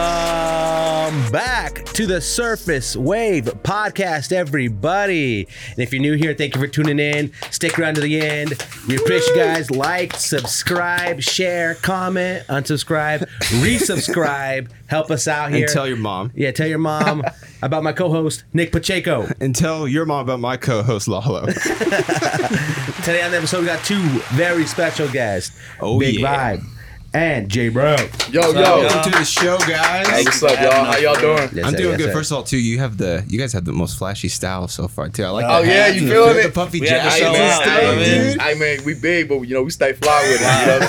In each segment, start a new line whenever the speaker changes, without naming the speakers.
Welcome back to the Surface Wave Podcast, everybody. And if you're new here, thank you for tuning in. Stick around to the end. We appreciate you guys. Like, subscribe, share, comment, unsubscribe, resubscribe. Help us out here.
And tell your mom.
yeah, tell your mom about my co-host, Nick Pacheco.
And tell your mom about my co-host Lalo.
Today on the episode, we got two very special guests.
Oh,
Big
yeah.
Vibe and J Bro.
Yo, yo.
Welcome to the show, guys.
Hey, what's up, y'all? How y'all doing?
I'm doing good. First of all, too, you have the you guys have the most flashy style so far too. I like.
Oh,
the
yeah,
hats
you
and the-
feeling
the
it?
puffy
We had to
jackets
show
and
out,
stuff,
man.
dude.
I mean, we big, but you know, we stay fly with it. You know what I'm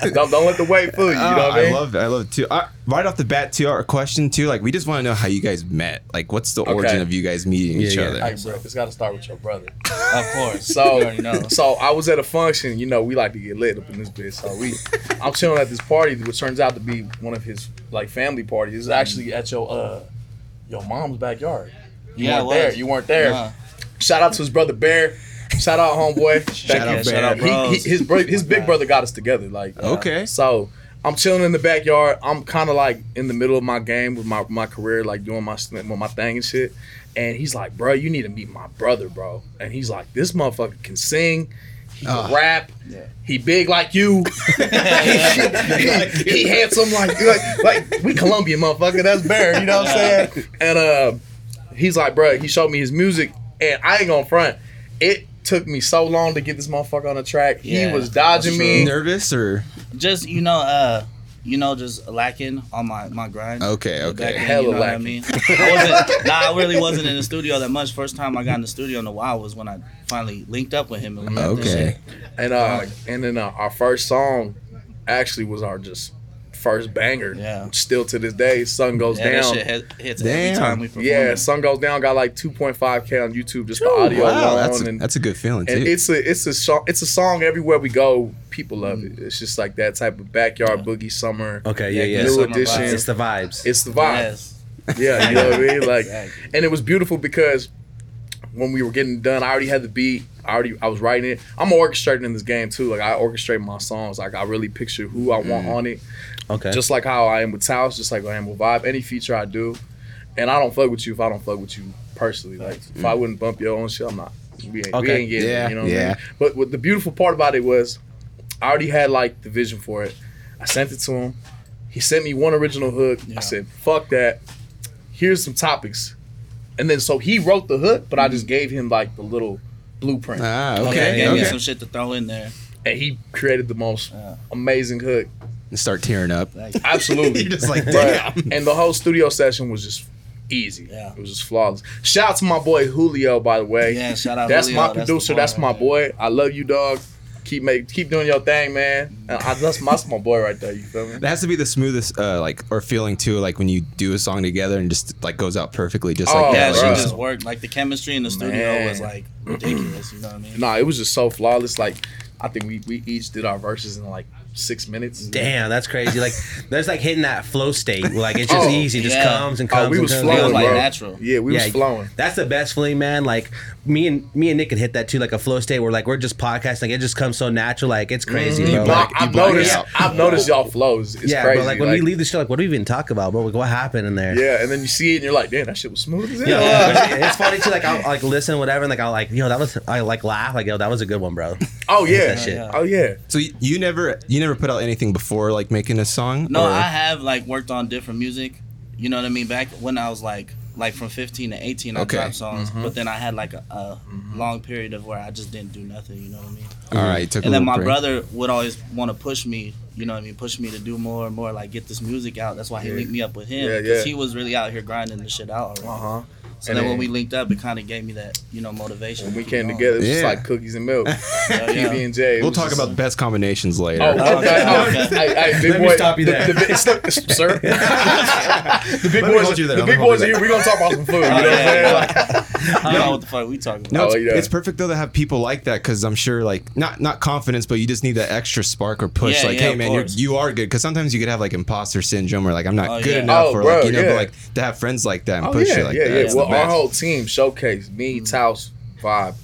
saying? don't, don't let the weight fool you. You know
Oh,
what I
I
mean?
love it. I love it too. Uh, right off the bat, too, our question too, like we just want to know how you guys met. Like, what's the origin of you guys meeting each
yeah.
other?
Hey, bro, it's got to start with your brother.
Of course.
So,
you already know.
so I was at a function. You know, we like to get lit up in this bitch. So we, I'm chilling at this party, which turns out to be one of his like family parties. It's actually at your uh, your mom's backyard. You
Yeah, it
weren't there.
was.
You weren't there.
Nah.
Shout out to his brother Bear. Shout out homeboy. Thank
Shout out Bear.
He- he-
Bros.
his bro, his big brother got us together. Like
Okay.
So I'm chilling in the backyard. I'm kind of like in the middle of my game with my, my career, like doing my sn- my thing and shit. And he's like, bro, you need to meet my brother, bro. And he's like, this motherfucker can sing, he can rap, he big like you, he, he handsome like, like like we Colombian motherfucker. That's Bear. You know what I'm saying? And uh, he's like, bro, he showed me his music, and I ain't gonna front. It took me so long to get this motherfucker on the track.
Yeah,
he was dodging
that's
me.
Nervous or
Just you know, uh, you know, just lacking on my my grind.
okay, okay.
then. Hella
you know what I
lacking.
mean? I wasn't, nah, I really wasn't in the studio that much. First time I got in the studio in a while was when I finally linked up with him. And we did this
Okay.
shit.
And uh, and then uh, our first song actually was our just first banger.
Yeah.
Still to this day, Sun Goes
Yeah, that
Down.
shit hit, hits
Damn.
every time we perform.
Yeah,
it.
Sun Goes Down got like 2.5k on YouTube just the audio
wow,
alone.
that's a,
and
that's a good feeling too.
and it's a it's a song it's a song everywhere we go. People love it. It's just like that type of backyard boogie summer.
Okay, yeah,
Mm. Yeah,
yeah.
good
New
summer
edition.
vibes.
It's the vibes.
It's the vibe.
Yes.
Yeah, you know what I mean? Like
Exactly.
and it was beautiful because when we were getting done, I already had the beat. I already I was writing it. I'm orchestrating in this game too. Like I orchestrate my songs. Like I really picture who I want on it.
okay.
Just like how I am with Taos, just like I am with Vibe. Any feature I do, and I don't fuck with you if I don't fuck with you personally. Like if I wouldn't bump your own shit, I'm not. We ain't, we
Okay.
ain't getting
Mm. Yeah,
it. You know what
yeah.
I mean? But what the beautiful part about it was, I already had like the vision for it. I sent it to him. He sent me one original hook.
Yeah.
I said, "Fuck that. Here's some topics." And then so he wrote the hook, but I
Mm-hmm.
just gave him like the little blueprint,
ah,
Okay. Gave
okay,
me
okay.
some shit to throw in there.
and he created the most
Yeah.
amazing hook.
Start tearing up.
Like,
Absolutely,
You're just like,
Bruh,
damn.
and the whole studio session was just easy.
Yeah.
It was just flawless. Shout out to my boy Julio, by the way.
yeah. Shout out.
that's
Julio,
my producer. That's,
the
my
boy
boy. I love you, dog. Keep make keep doing your thing, man. And I, that's my, that's my boy right there. You feel me?
That has to be the smoothest, uh, like, or feeling too, like when you do a song together and just like goes out perfectly, just
Oh,
like
right there.
that.
Yeah,
bruh.
Like,
she just worked. Like the chemistry in the studio
Man.
was like ridiculous. You know what I mean?
Nah, it was just so flawless. Like I think we we each did our verses in like six minutes.
Damn, that's crazy. Like, that's like hitting that flow state. Like, it's just
Oh,
easy. It just
yeah.
comes and
Oh,
comes.
we
and
was
comes.
It
flowing,
was like
bro.
natural.
Yeah, we was flowing.
That's the best feeling, man. Like me and me and Nick could hit that too, like a flow state where like we're just podcasting, like it just comes so natural, like it's crazy, bro.
But
Like,
black- you
I've
black it
noticed
out.
I've noticed y'all flows. It's
yeah,
crazy.
but like when we leave the show, like what do we even talk about, bro? Like what happened in there?
yeah, and then you see it and you're like, damn, that shit was smooth as hell.
Yeah, yeah, but it's funny too. Like I'll like listen, whatever, and like I'll like, yo, that was I like laugh, like yo, that was a good one, bro.
Oh yeah,
that shit.
oh yeah.
so you, you never, you never put out anything before like making a song.
No,
or-
I have like worked on different music. You know what I mean? Back when I was like like from 15 to 18, I
Okay.
dropped songs,
Mm-hmm.
but then I had like a, a long period of where I just didn't do nothing. You know what I mean?
All right, took a
and then
little
my
break.
brother would always want to push me. You know what I mean? Push me to do more and more, like get this music out. That's why he linked me up with him
Yeah,
because
yeah.
he was really out here grinding the shit out. Already.
Uh huh.
So
And
then
then-
when we linked up, it kind of gave me that you know motivation.
When
to
we
keep
came
going.
together, it was just
Yeah.
like cookies and milk,
Yeah, yeah.
PB and J.
We'll talk
just,
about the best combinations later.
Oh, okay.
Okay.
Oh, hey, hey, big
Let me
boy,
stop you
the-
there.
the big- stop- sir. the big
Let me
boys,
hold you there.
the
Let me
big
hold
boys
you
are here. We're gonna talk about some food. You know
Oh,
what I'm
yeah,
saying?
yeah.
Like,
I don't know what the fuck we talking
No,
about.
it's,
Oh, yeah.
it's perfect though to have people like that because I'm sure like not not confidence, but you just need that extra spark or push.
Yeah,
like,
yeah,
hey
of
man, you're,
course.
you are good. Because sometimes you could have like imposter syndrome or like I'm not
Oh,
good
yeah.
enough
Oh,
or
bro,
like you know,
yeah.
but like to have friends like that and
oh
push
yeah,
you like
yeah,
that.
yeah.
it's the
Well, our
best. Mm-hmm.
whole team showcased me, Taos, Vibe.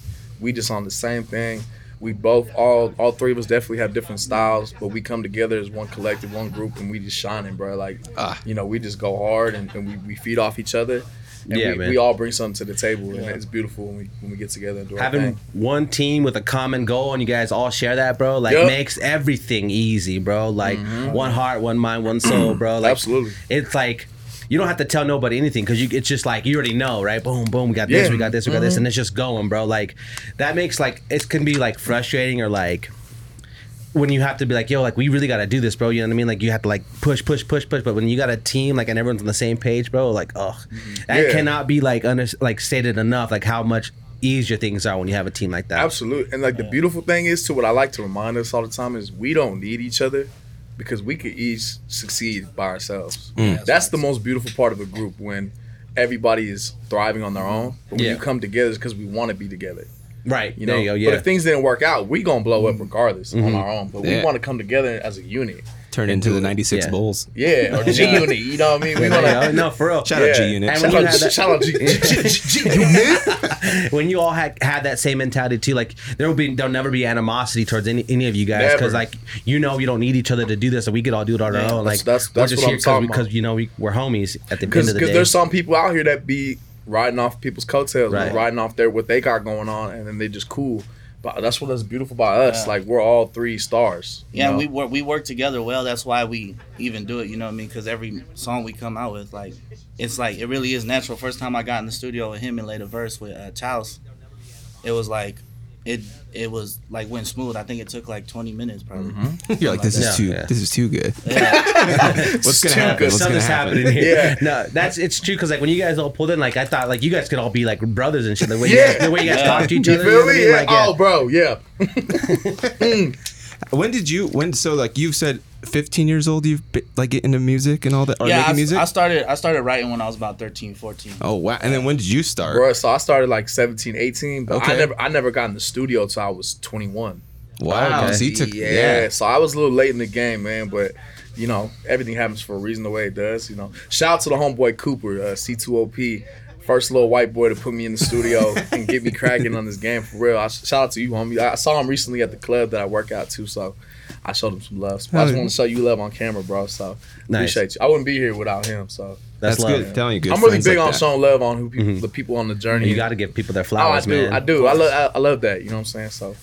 We just on the same thing. We both all all three of us definitely have different styles, but we come together as one collective, one group, and we just shining, bro. Like
Ah.
you know, we just go hard and, and we, we feed off each other. And
Yeah,
we,
man.
we all bring something to the table, and it's beautiful when we when we get together and do our thing.
Having one team with a common goal and you guys all share that, bro, like
Yup.
makes everything easy, bro. Like one heart, one mind, one soul, bro. Like
Absolutely.
it's like you don't have to tell nobody anything because you it's just like you already know, right? Boom, boom, we got this,
Yeah.
we got this, we got this, and it's just going, bro. Like that makes like it can be like frustrating or like when you have to be like, yo, like we really gotta do this, bro. You know what I mean? Like you have to like push, push, push, push. But when you got a team, like and everyone's on the same page, bro, like, oh, that
Yeah.
cannot be like under like stated enough, like how much easier things are when you have a team like that.
Absolutely. And like the beautiful thing is to what I like to remind us all the time is we don't need each other because we could each succeed by ourselves.
Mm.
That's the most beautiful part of a group when everybody is thriving on their own. But when
Yeah.
you come together it's because we want to be together.
Right.
You know,
there you go.
but
Yeah. Mm-hmm.
if things didn't work out, we gonna blow up regardless on our own. But we
Yeah.
want to come together as a unit,
turn into the '96
Yeah.
Bulls.
yeah, or G unit. You know what I mean? We
There you go.
want
no, for real.
Shout out G Unit.
And
to
when you have that-
shout out G. G- G- G- G-
when you all had, had that same mentality too, like there will be there'll never be animosity towards any, any of you guys
Never.
because like you know you don't need each other to do this, and we could all do it on
Yeah,
our own. Like
that's- that's- that's
we're
what I'm
just here
talking
because
about.
you know we we're homies at the end
because
of the day.
there's some people out here that be riding off people's coattails,
Right.
riding off their what they got going on, and then they just cool. But that's what that's beautiful about us.
Yeah.
Like we're all three stars. you know?
Yeah, and we work we work together well. That's why we even do it. You know what I mean? Because every song we come out with, like, it's like it really is natural. First time I got in the studio with him and laid a verse with uh, Taos, it was like, it it was like went smooth. I think it took like 20 minutes probably.
You're like, this
Yeah.
is too,
Yeah.
this is too good.
Yeah,
What's gonna
too
happen?
good.
What's gonna
Something's happening
happen?
here.
Yeah.
No, that's it's true because like when you guys all pulled in, like I thought like you guys could all be like brothers and shit. The way you
Yeah.
guys, the way you guys
Yeah.
talk to each
You
other. you know
feel
what I
me?
mean?
Yeah.
Like, yeah.
Oh, bro. Yeah.
When did you? When? So like you've said, 15 years old, you've been, like get into music and all that, or
yeah.
making
I,
music.
I started I started writing when I was about 13, 14.
oh wow! And then when did you start?
Bro, so I started like 17, 18, but I
Okay.
never I never got in the studio till I was 21.
Wow!
Okay.
Oh, So you took
yeah.
yeah.
So I was a little late in the game, man, but you know, everything happens for a reason the way it does, you know. Shout out to the homeboy Cooper, uh, C2OP, first little white boy to put me in the studio and get me cracking on this game for real. I, shout out to you, homie. I saw him recently at the club that I work out to, so I showed him some love. So I just
Hell
want to show you love on camera, bro. So
Nice.
appreciate you. I wouldn't be here without him. So
That's,
That's,
love.
good. Telling you, good.
I'm really
friends
big
like
on
that. Mm-hmm.
showing love on who people, the people on the journey.
You got to give people their
Oh, I
flowers,
do.
man.
I do. I love. I, I love that. You know what I'm saying? So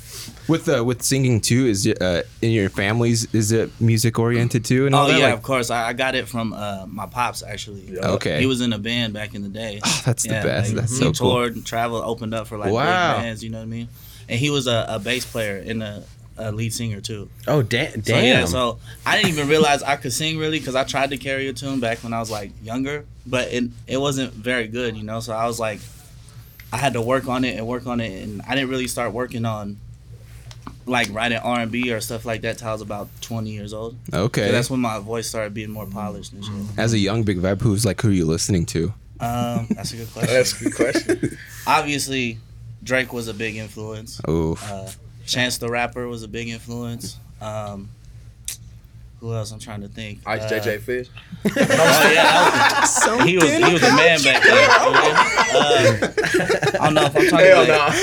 With uh, with singing too, is it, uh, in your families is it music oriented too and all
Oh
that?
yeah,
Like,
of course. I, I got it from uh, my pops actually.
Okay. Oh,
He was in a band back in the day.
that's the best. That's
he
so cool.
toured and traveled, opened up for like
Wow.
big bands. You know what I mean? And he was a, a bass player and a, a lead singer too.
Oh damn!
So, yeah,
Damn.
so I didn't even realize I could sing really because I tried to carry a tune back when I was like younger, but it it wasn't very good, you know. So I was like, I had to work on it and work on it, and I didn't really start working on like writing R and B or stuff like that till I was about twenty years old.
okay.
So that's when my voice started being more polished and shit.
As a young big vibe, who's like who are you listening to?
Um, that's a good question.
that's a good question.
Obviously, Drake was a big influence.
Oh,
Uh, Chance the Rapper was a big influence. Um, who else? I'm trying to think.
Ice
Uh,
JJ Fish.
Oh, yeah, that was- he was he was a man back then. Uh, I don't know if I'm talking
Hell
about.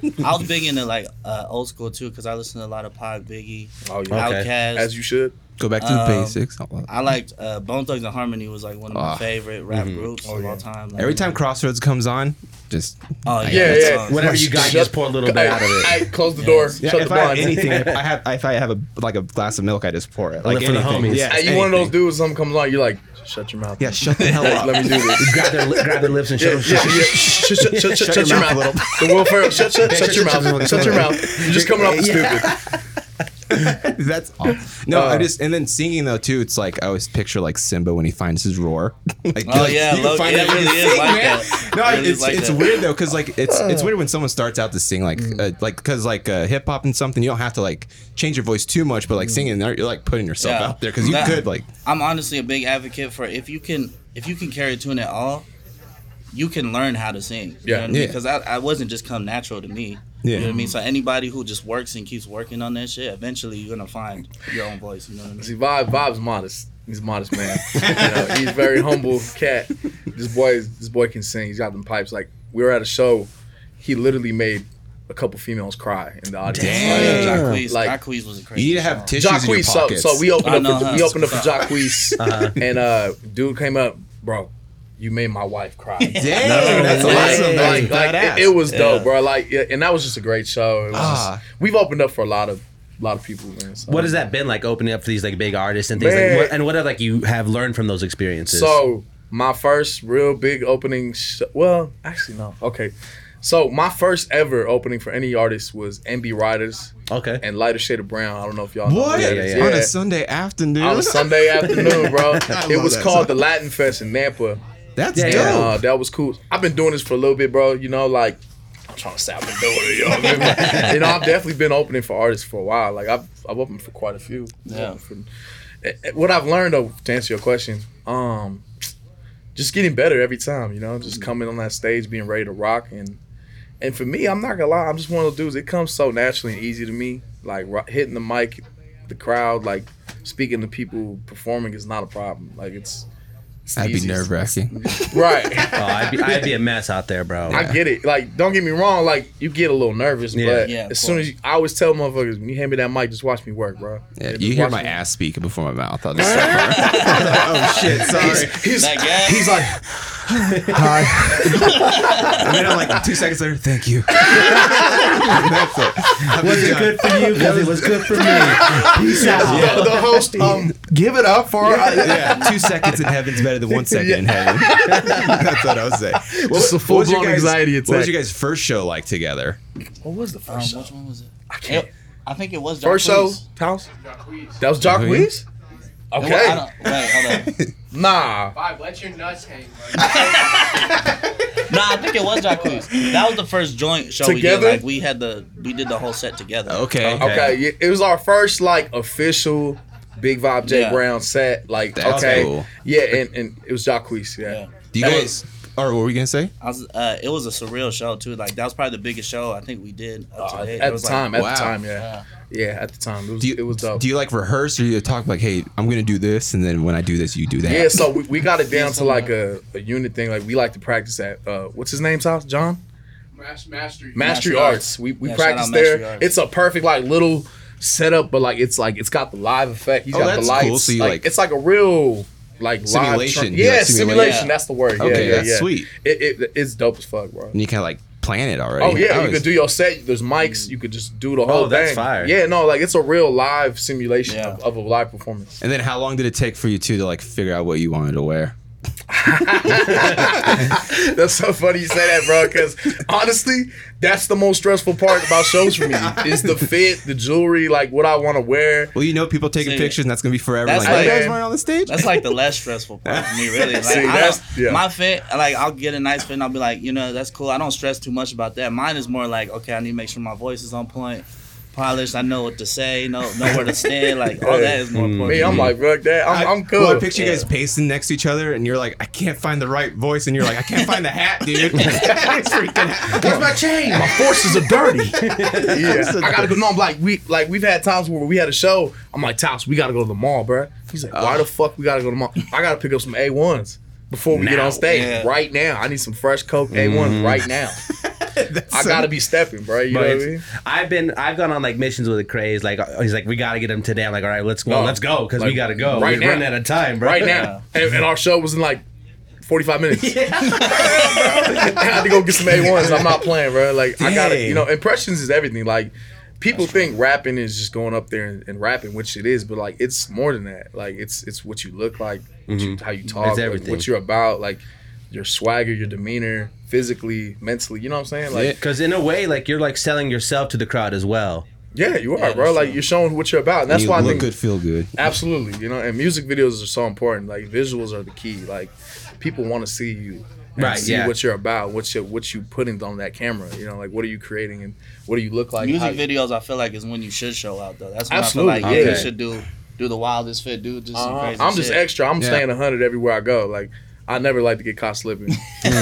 no.
I was big into like uh, old school too because I listened to a lot of Pac, Biggie,
Oh yeah.
Okay.
Outkast.
As you should.
go back to the
um,
basics.
I liked uh, Bone Thugs and Harmony was like one of my
Ah.
favorite rap
Mm-hmm.
groups of
yeah.
all time. Like,
Every time Crossroads comes on, just
oh yeah,
Yeah,
that
yeah.
song.
Whatever you got,
Shut-
just pour a little bit out of it.
Hey, close the door.
yeah,
Shut the
if I have
blind.
anything, if I have if I have a like a glass of milk, I just pour it. Like
Only for the
anything.
homies.
Yeah,
Hey, you one of those
anything.
dudes? Something comes on, you're like, shut your mouth.
Yeah, shut the hell
Let,
up.
let me do this.
grab their li- grab their lips and
Yeah,
shut them.
yeah, yeah. Shut, shut, shut, shut, shut your mouth.
a little.
The Will Ferrell, shut, shut,
Yeah,
shut your
shut- shut-
mouth. Shut your mouth. You're just coming off
Yeah.
stupid.
That's awesome. No,
Uh.
I just and then singing though too. It's like I always picture like Simba when he finds his roar. like,
Oh yeah,
you can
Loki.
find
It
out
really is like that.
No,
It
it's
really is like
it's
that. Mm.
weird though, cause like it's it's weird when someone starts out to sing like uh, like cause like uh, hip hop and something, you don't have to like change your voice too much, but like singing, you're like putting yourself
Mm. Yeah.
out there, cause you
That-
could like
I'm honestly a big advocate for if you can if you can carry a tune at all, you can learn how to sing. You
Yeah.
know what I mean?
Yeah.
Because I, I wasn't just come natural to me.
Yeah.
You know what I mean? So
Mm-hmm.
anybody who just works and keeps working on that shit, eventually you're gonna find your own voice. You know what I mean?
See, Vibe, Vibe's modest. He's a modest man. you know, he's a very humble cat. This boy, is- this boy can sing. He's got them pipes. Like we were at a show, he literally made a couple females cry in the audience.
Oh,
Damn.
Like,
Jacquees,
Like-
Jacquees was a crazy.
you need to have
song.
tissues in your
Jacquees. So,
pockets.
so we opened
I
up,
know,
for,
huh?
we opened up for Jacquees, and uh, dude came up, bro. You made my wife cry.
Damn,
No,
that's
like-
awesome. That's
Like, like,
badass.
it, it was dope,
Yeah.
bro. Like, yeah, and that was just a great show. It was
Ah.
just- we've opened up for a lot of, lot of people. Man, so.
What has that been like opening up for these like big artists and things? Like,
Man.
what, and what are like you have learned from those experiences?
So my first real big opening. Sh- well, actually no. Okay, so my first ever opening for any artist was MB Riders
okay,
and Lighter Shade of Brown. I don't know if y'all
what
know who that
Yeah,
is.
yeah, yeah.
on a Sunday afternoon?
On a Sunday afternoon, bro. it
love
was
that
called
song.
the Latin Fest in Nampa.
That's
Yeah,
dope.
yeah.
And, uh, that was cool. I've been doing this for a little bit, bro. You know, like I'm trying to say I've been doing it. You know, what I mean? But, you know, I've definitely been opening for artists for a while. Like I've I've opened for quite a few.
Yeah.
Opened for- eh, eh, what I've learned though, to answer your question, um, just getting better every time. You know,
Mm-hmm.
just coming on that stage, being ready to rock, and and for me, I'm not gonna lie, I'm just one of those dudes. It comes so naturally and easy to me. Like ro- hitting the mic, the crowd, like speaking to people, performing is not a problem. Like it's. it's the
That'd be
easiest.
nerve wracking.
Right.
oh, I'd, be, I'd be a mess out there, bro.
I get it. Like, don't get me wrong. Like, you get a little nervous,
Yeah.
but
Yeah, of
as soon as you, I always tell motherfuckers, when you hand me that mic, just watch me work, bro.
Yeah,
Just
you hear
watch
my
me-
ass speak before my mouth. I'll just oh shit, sorry.
He's,
That guy?
he's like,
Hi. and then I'm like two seconds later, thank you. That's it. I'm
was it
done.
good for you? Because it was good for me. Peace out.
yeah, the host. Um, give it up for.
yeah, two seconds in heaven's better than one second in heaven. That's what I was saying. What,
Just a
what was your
full-blown
guys-
anxiety
What
attack.
was your guys' first show like together?
What was the
Um,
first show?
which one was it?
I can't.
It- I think it was
First show,
Jacquees.
house. That was Jacquees.
It wa- I
Okay.
don't- Wait, hold on.
Nah.
Bob, let your nuts hang, bro.
No, I think it was Jacquees. That was the first joint show we
Together?
did. Like we had the we did the whole set together.
Okay.
Okay.
Okay. Yeah, it was our first like official Big Vibe J
Yeah.
Brown set. Like,
That's
okay.
cool.
Yeah, and, and it was Jacquees. Yeah.
Yeah.
Do you
That
guys or what were we gonna say?
I was, uh, it was a surreal show too. Like that was probably the biggest show I think we did up to
Uh,
date. It
at the
was like-
time, at
wow.
the time, yeah.
Yeah.
yeah, at the time, it was,
Do you,
it was dope.
Do you like rehearse or do you talk like, hey, I'm gonna do this and then when I do this you do that?
Yeah, so we, we got it down to like a, a unit thing. Like we like to practice at uh, what's his name's house, John
Mas- mastery.
Mastery
Mastery
Arts. We we
Yeah, shout
practice
out
there.
Mastery Arts.
It's a perfect like little setup, but like it's like it's got the live effect. He's
Oh,
got the
that's
lights.
cool. So you,
like,
like-
it's like a real like live
Simulation.
tra-
You
yeah,
like simulation.
simulation.
Yeah.
That's the word.
Okay,
yeah, yeah,
that's
yeah.
sweet.
It, it it's dope as fuck, bro.
And you kinda like plan it already.
Oh yeah,
That
you
was- Oh,
could do your set. There's mics. You could just do the whole thing.
that's fire.
Yeah, no, like it's a real live simulation
Yeah.
of, of a live performance.
And then how long did it take for you two to like figure out what you wanted to wear?
That's so funny you say that, bro. Because honestly, that's the most stressful part about shows for me is the fit, the jewelry, like what I want to wear.
Well, you know, people taking
See,
pictures, and that's gonna be forever.
that's
like,
like-
you guys weren't on the stage.
That's like the less stressful part for me, really. Like,
See,
I don't-
that's- yeah.
My fit, like I'll get a nice fit, and I'll be like, you know, that's cool. I don't stress too much about that. Mine is more like, okay, I need to make sure my voice is on point, polished. I know what to say, know know where to stand. Like all Oh, that is more important.
Me,
to
I'm
me.
like, fuck that. I'm, I'm cool.
Well, I picture you guys pacing next to each other, and you're like, I can't find the right voice, and you're like, I can't find the hat, dude. it's freaking out.
Where's my chain?
my forces are dirty. yeah, I gotta go. No, I'm like we like we've had times where we had a show. I'm like, Tops, we gotta go to the mall, bro. He's like, Why the fuck we gotta go to the mall? I gotta pick up some A ones before we get on stage
yeah. Mm-hmm.
right now. I need some fresh coke A ones right now. I
so-
gotta be stepping, bro. You
But
know what I
it's-
mean?
I've been I've gone on like missions with a craze. Like uh, he's like, we gotta get him today. I'm like, all right, let's go,
No.
let's go, because we
Like,
gotta go.
right
We're
now.
running out of time, bro.
right now. And, and our show was in like 45 minutes. I had to go get some A1s. I'm not playing, bro. Like, I got to,
Dang.
you know, impressions is everything. Like, people think rapping is just going up there and, and rapping, which it is, but like, it's more than that. Like, it's it's what you look like, what you, how you talk, like,
everything.
what you're about, like, your swagger, your demeanor, physically, mentally. You know what I'm saying? Like,
Because in a way, like you're like selling yourself to the crowd as well.
Yeah, you are,
Yeah,
bro.
that's
Like
true.
you're showing what you're about. And that's
you
why I
look
think
good, feel good.
absolutely, you know, and music videos are so important. Like visuals are the key. Like people want to see you. and
Right,
See
yeah.
what you're about. What you what you putting on that camera. You know, like what are you creating and what do you look like? how
Music
you-
videos, I feel like, is when you should show out though. That's when I
Absolutely,
feel like
yeah.
you should do do the wildest fit, dude. Just some
Uh-huh.
crazy
I'm just
shit.
extra. I'm
Yeah.
staying 100 everywhere I go. Like I never like to get caught slipping.
Mm.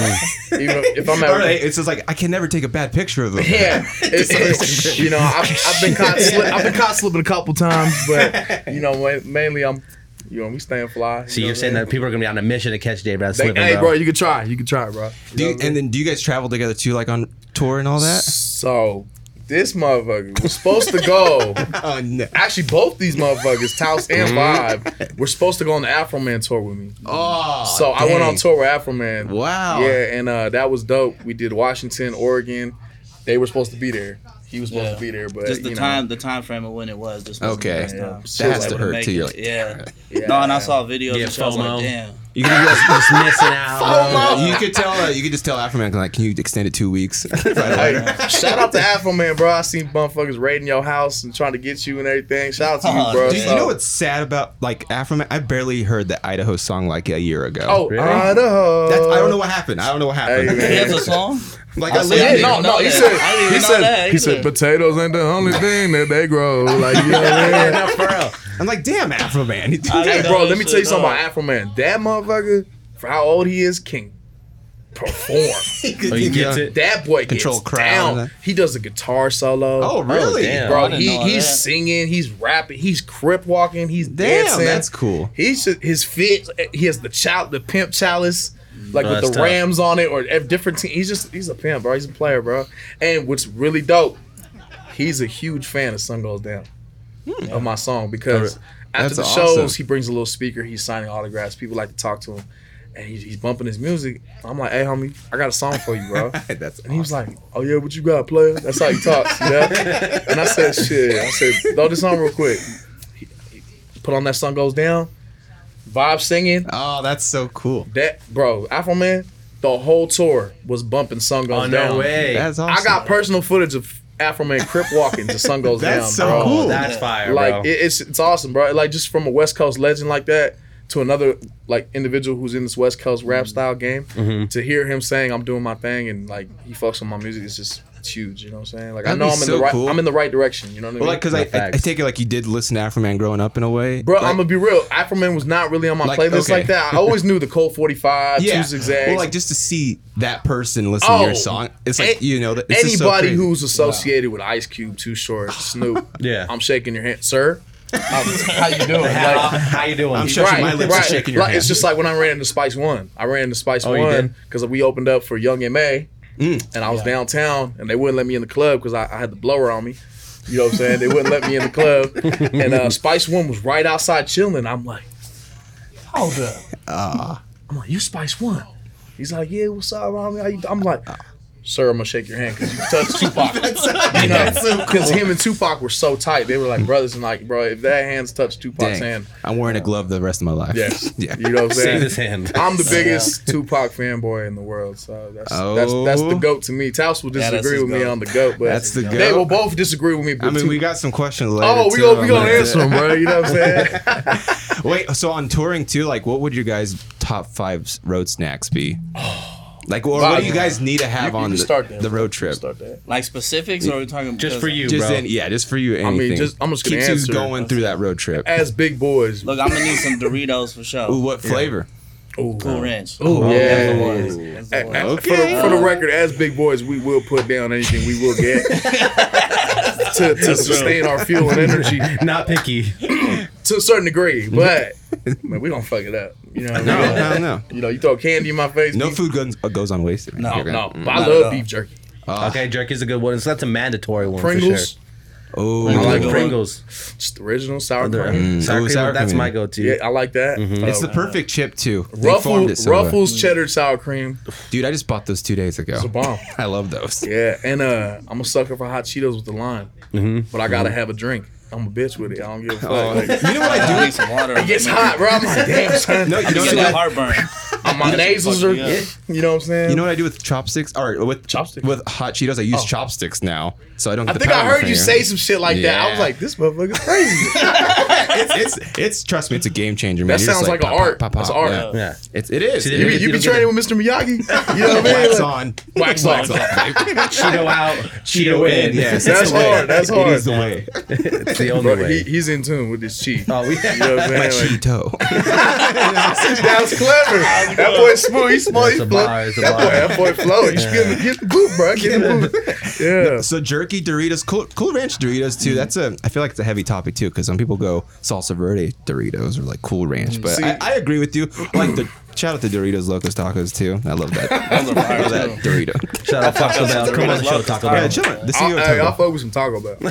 Even if I'm at
Or, like, it's just like I can never take a bad picture of them.
Yeah, It's- it's- you know, I've, I've been caught. Sli- I've been caught slipping a couple times, but you know, ma- mainly I'm. You know, we staying fly.
So you're saying that people are gonna be on a mission to catch Dave Brown
They,
slipping,
hey,
bro.
bro, you can try. You can try, bro.
Do
know
you,
what I mean?
and then do you guys travel together too, like on tour and all that?
so this motherfucker was supposed to go.
Oh no!
Actually, both these motherfuckers, Taos and Vibe, were supposed to go on the Afro Man tour with me.
Oh,
so I went
dang.
on tour with Afro Man.
Wow.
Yeah, and uh, that was dope. We did Washington, Oregon. They were supposed to be there. He was supposed
Yeah.
to be there, but
just the
you know,
time, the time frame of when it was. Just wasn't
Okay.
the best time.
That
She was
has to
able
hurt,
make
too.
it.
You're like,
yeah.
yeah.
No, and I saw videos.
Yeah,
and shit, I was
FOMO.
like, damn.
You can just,
Just missing out.
you could tell. Uh, you could just tell Afroman like, can you extend it two weeks? Right away.
Hey, shout out to Afro Man, bro. I seen motherfuckers raiding your house and trying to get you and everything. Shout out to
Oh,
you, bro.
Dude,
So-
you know what's sad about like Afroman? I barely heard the Idaho song like a year ago.
Oh,
Really?
Idaho.
That's, I don't know what happened. I don't know what happened.
Hey, man.
He has a song.
Like I,
I
said,
said,
yeah,
no,
no,
no.
he
that.
said,
I didn't
he
know
said,
that
he said,
either.
potatoes ain't the only thing that they grow. Like, you know what I mean?
Yeah, no, for real.
I'm like, damn, Afroman.
I
Hey,
know
bro,
that
let me
shit
tell you something
up.
about Afro Man. That motherfucker, for how old he is, can perform.
Oh, you get it.
that boy gets
Control crowd.
down. He does a guitar solo.
Oh, really?
damn.
Bro,
I didn't
he,
know
he's
that.
singing, he's rapping, he's crip walking, he's
Damn,
dancing.
that's cool.
He's just, his fit. He has the child, the pimp chalice, like
Oh,
with
that's
the
tough.
Rams on it or a different team. He's just he's a pimp, bro. He's a player, bro. And what's really dope, he's a huge fan of Sun Goes Down of my song because after
Hmm. That's
the
awesome.
shows he brings a little speaker. He's signing autographs. People like to talk to him, and he's, he's bumping his music. I'm like, hey, homie, I got a song for you, bro.
That's
And he was like, "Oh yeah, what you got, player?" That's how he talks, yeah. And I said, "Shit," I said, "Throw this on real quick." He- he Put on that sun goes down, vibe singing.
oh, that's so cool.
That bro, Afro Man, the whole tour was bumping sun goes
Oh
down.
no way.
That's awesome.
I got personal footage of Afro Man crip walking to sun goes
That's
down.
so
bro.
cool.
Oh, that's fire,
Like
bro.
it, it's it's awesome, bro. Like just from a West Coast legend like that to another like individual who's in this West Coast rap
Mm-hmm.
style game, to hear him saying I'm doing my thing and like he fucks with my music, it's just it's huge. You know what I'm saying? Like
That'd
I know
be
I'm in
so
the right
cool.
I'm in the right direction. You know what I mean?
Well, like, cause I, I, I
facts.
take it like you did listen to Afroman growing up in a way.
Bro,
like,
I'm gonna be real. Afroman was not really on my
Like,
playlist
okay.
like that. I always knew the Cold 45,
yeah.
two zigzags.
Well, like just to see that person listen to
Oh,
your song, it's like
a-
you know that
anybody
it's just so crazy.
who's associated with Ice Cube, Too Short, Snoop.
Yeah.
I'm shaking your hand, sir. How you doing?
how, how you doing?
I'm sure- Touching my lips and shaking your
like,
hand.
It's just like when I ran into Spice One. I ran into Spice
Oh,
One
you did?
because we opened up for Young MA,
Mm.
and I was downtown, and they wouldn't let me in the club because I, I had the blower on me. You know what I'm saying? They wouldn't let me in the club, and uh, Spice One was right outside chilling. I'm like, hold up.
Uh.
I'm like, you Spice One. He's like, yeah, what's up, Rami? How you do-" I'm like, sir, I'm gonna shake your hand because you touched Tupac. you know, because him and Tupac were so tight. They were like brothers, and like, bro, if that hand's touched Tupac's
Dang,
hand,
I'm wearing a glove the rest of my life.
Yes.
yeah.
you know what I'm
Save
saying?
this hand.
I'm the biggest Tupac fanboy in the world, so that's
Oh.
that's that's the goat to me. Taos will
Yeah, that's
disagree
his
with me
goat.
on the goat, but
That's the
They
goat.
will both disagree with me. But
I mean,
Tup-
we got some questions later.
oh, we
too.
gonna we
I'm
gonna
like-
answer them, bro. You know what I'm saying?
Wait, so on touring too, like, what would your guys' top five road snacks be? Like, or what do you guys need to have
You-
on
you can
the,
start that.
the road trip?
Start that.
Like specifics, or are we talking
Just
because-
for you,
Just
bro.
in, yeah, just for you. Anything.
just- I'm just gonna
keeps
answer.
you going through that road trip.
As big boys,
Look, I'm gonna need some Doritos for sure.
Ooh, what flavor?
Cool Ranch.
yeah.
That's the ones. That's the ones.
For, the, for the record, as big boys, we will put down anything we will get to, to sustain our fuel and energy
Not picky.
to a certain degree. But man, we gonna fuck it up. You know, what I
No,
mean?
no, no.
You know, you throw candy in my face.
No
we-
food goes uh, goes on wasted. man.
No,
You're Ah.
No,
gonna-
but I
Not at all.
love beef jerky.
Okay, jerky is a good one. It's not a mandatory one for
Pringles,
sure.
Oh,
I like
Pringles.
Pringles.
just the original sour
Other-
cream.
sour
Ooh,
cream,
sour
that's
cream.
my go-to.
Yeah, I like that.
It's
Uh,
the perfect chip too. They formed it
Ruffles,
so well.
Ruffles cheddar sour cream.
Dude, I just bought those two days ago.
It's a bomb.
I love those.
Yeah, and uh, I'm a sucker for hot Cheetos with the lime, but I gotta have a drink. I'm a bitch with it. I don't give a fuck.
Oh,
Like,
you know what I
I
do?
need some water.
it gets hot, bro. I'm like, damn, son.
No, you know
You
what
get
I
that
do?
heartburn.
my nasals are,
Yeah.
you know what I'm saying?
You know what I do with chopsticks? Or with
Um, Chopsticks. Oh.
with hot Cheetos, I use chopsticks now, so I don't.
I
Get the
think I
powder
heard you
finger.
say some shit like that. I was
Yeah.
like, this motherfucker's crazy.
it's, it's it's trust me, it's a game changer, man.
That
You're just
sounds like an
pop, pop,
art.
pop, pop.
That's art.
Yeah.
Yeah.
It's, it is.
See,
It
there
is.
you, be- you be
It'll get
training with Mr. Miyagi. You know what I mean?
Wax on.
Like, Wax on.
Wax on.
Cheeto out, Cheeto in.
Yeah,
Yes,
That's
it's the way.
hard. That's hard.
It is the way.
it's the only
Bro, he,
way.
he's in tune with his cheat.
Oh, we.
You know what I'm
My
saying? Like,
Cheeto.
that was clever. That boy's smooth. He's smooth.
That's
He's
a
flow.
bar,
That
it's a
boy,
bar.
that boy flow. You should get him, get the boot, bro. Get him the boot. Yeah.
So jerky Doritos, cool, cool ranch Doritos
Mm.
too. That's a. I feel like it's a heavy topic too because some people go salsa verde Doritos or like cool ranch, but
Mm. See-
I, I agree with you. Like the shout out to Doritos Locos Tacos too. I love that. I love that Dorito.
Shout out Taco Bell. Come on the show,
Love
Taco
Yeah,
Bell.
chill out. The E
I'll,
CEO
hey,
Taco
I'll
Bell.
focus on Taco Bell.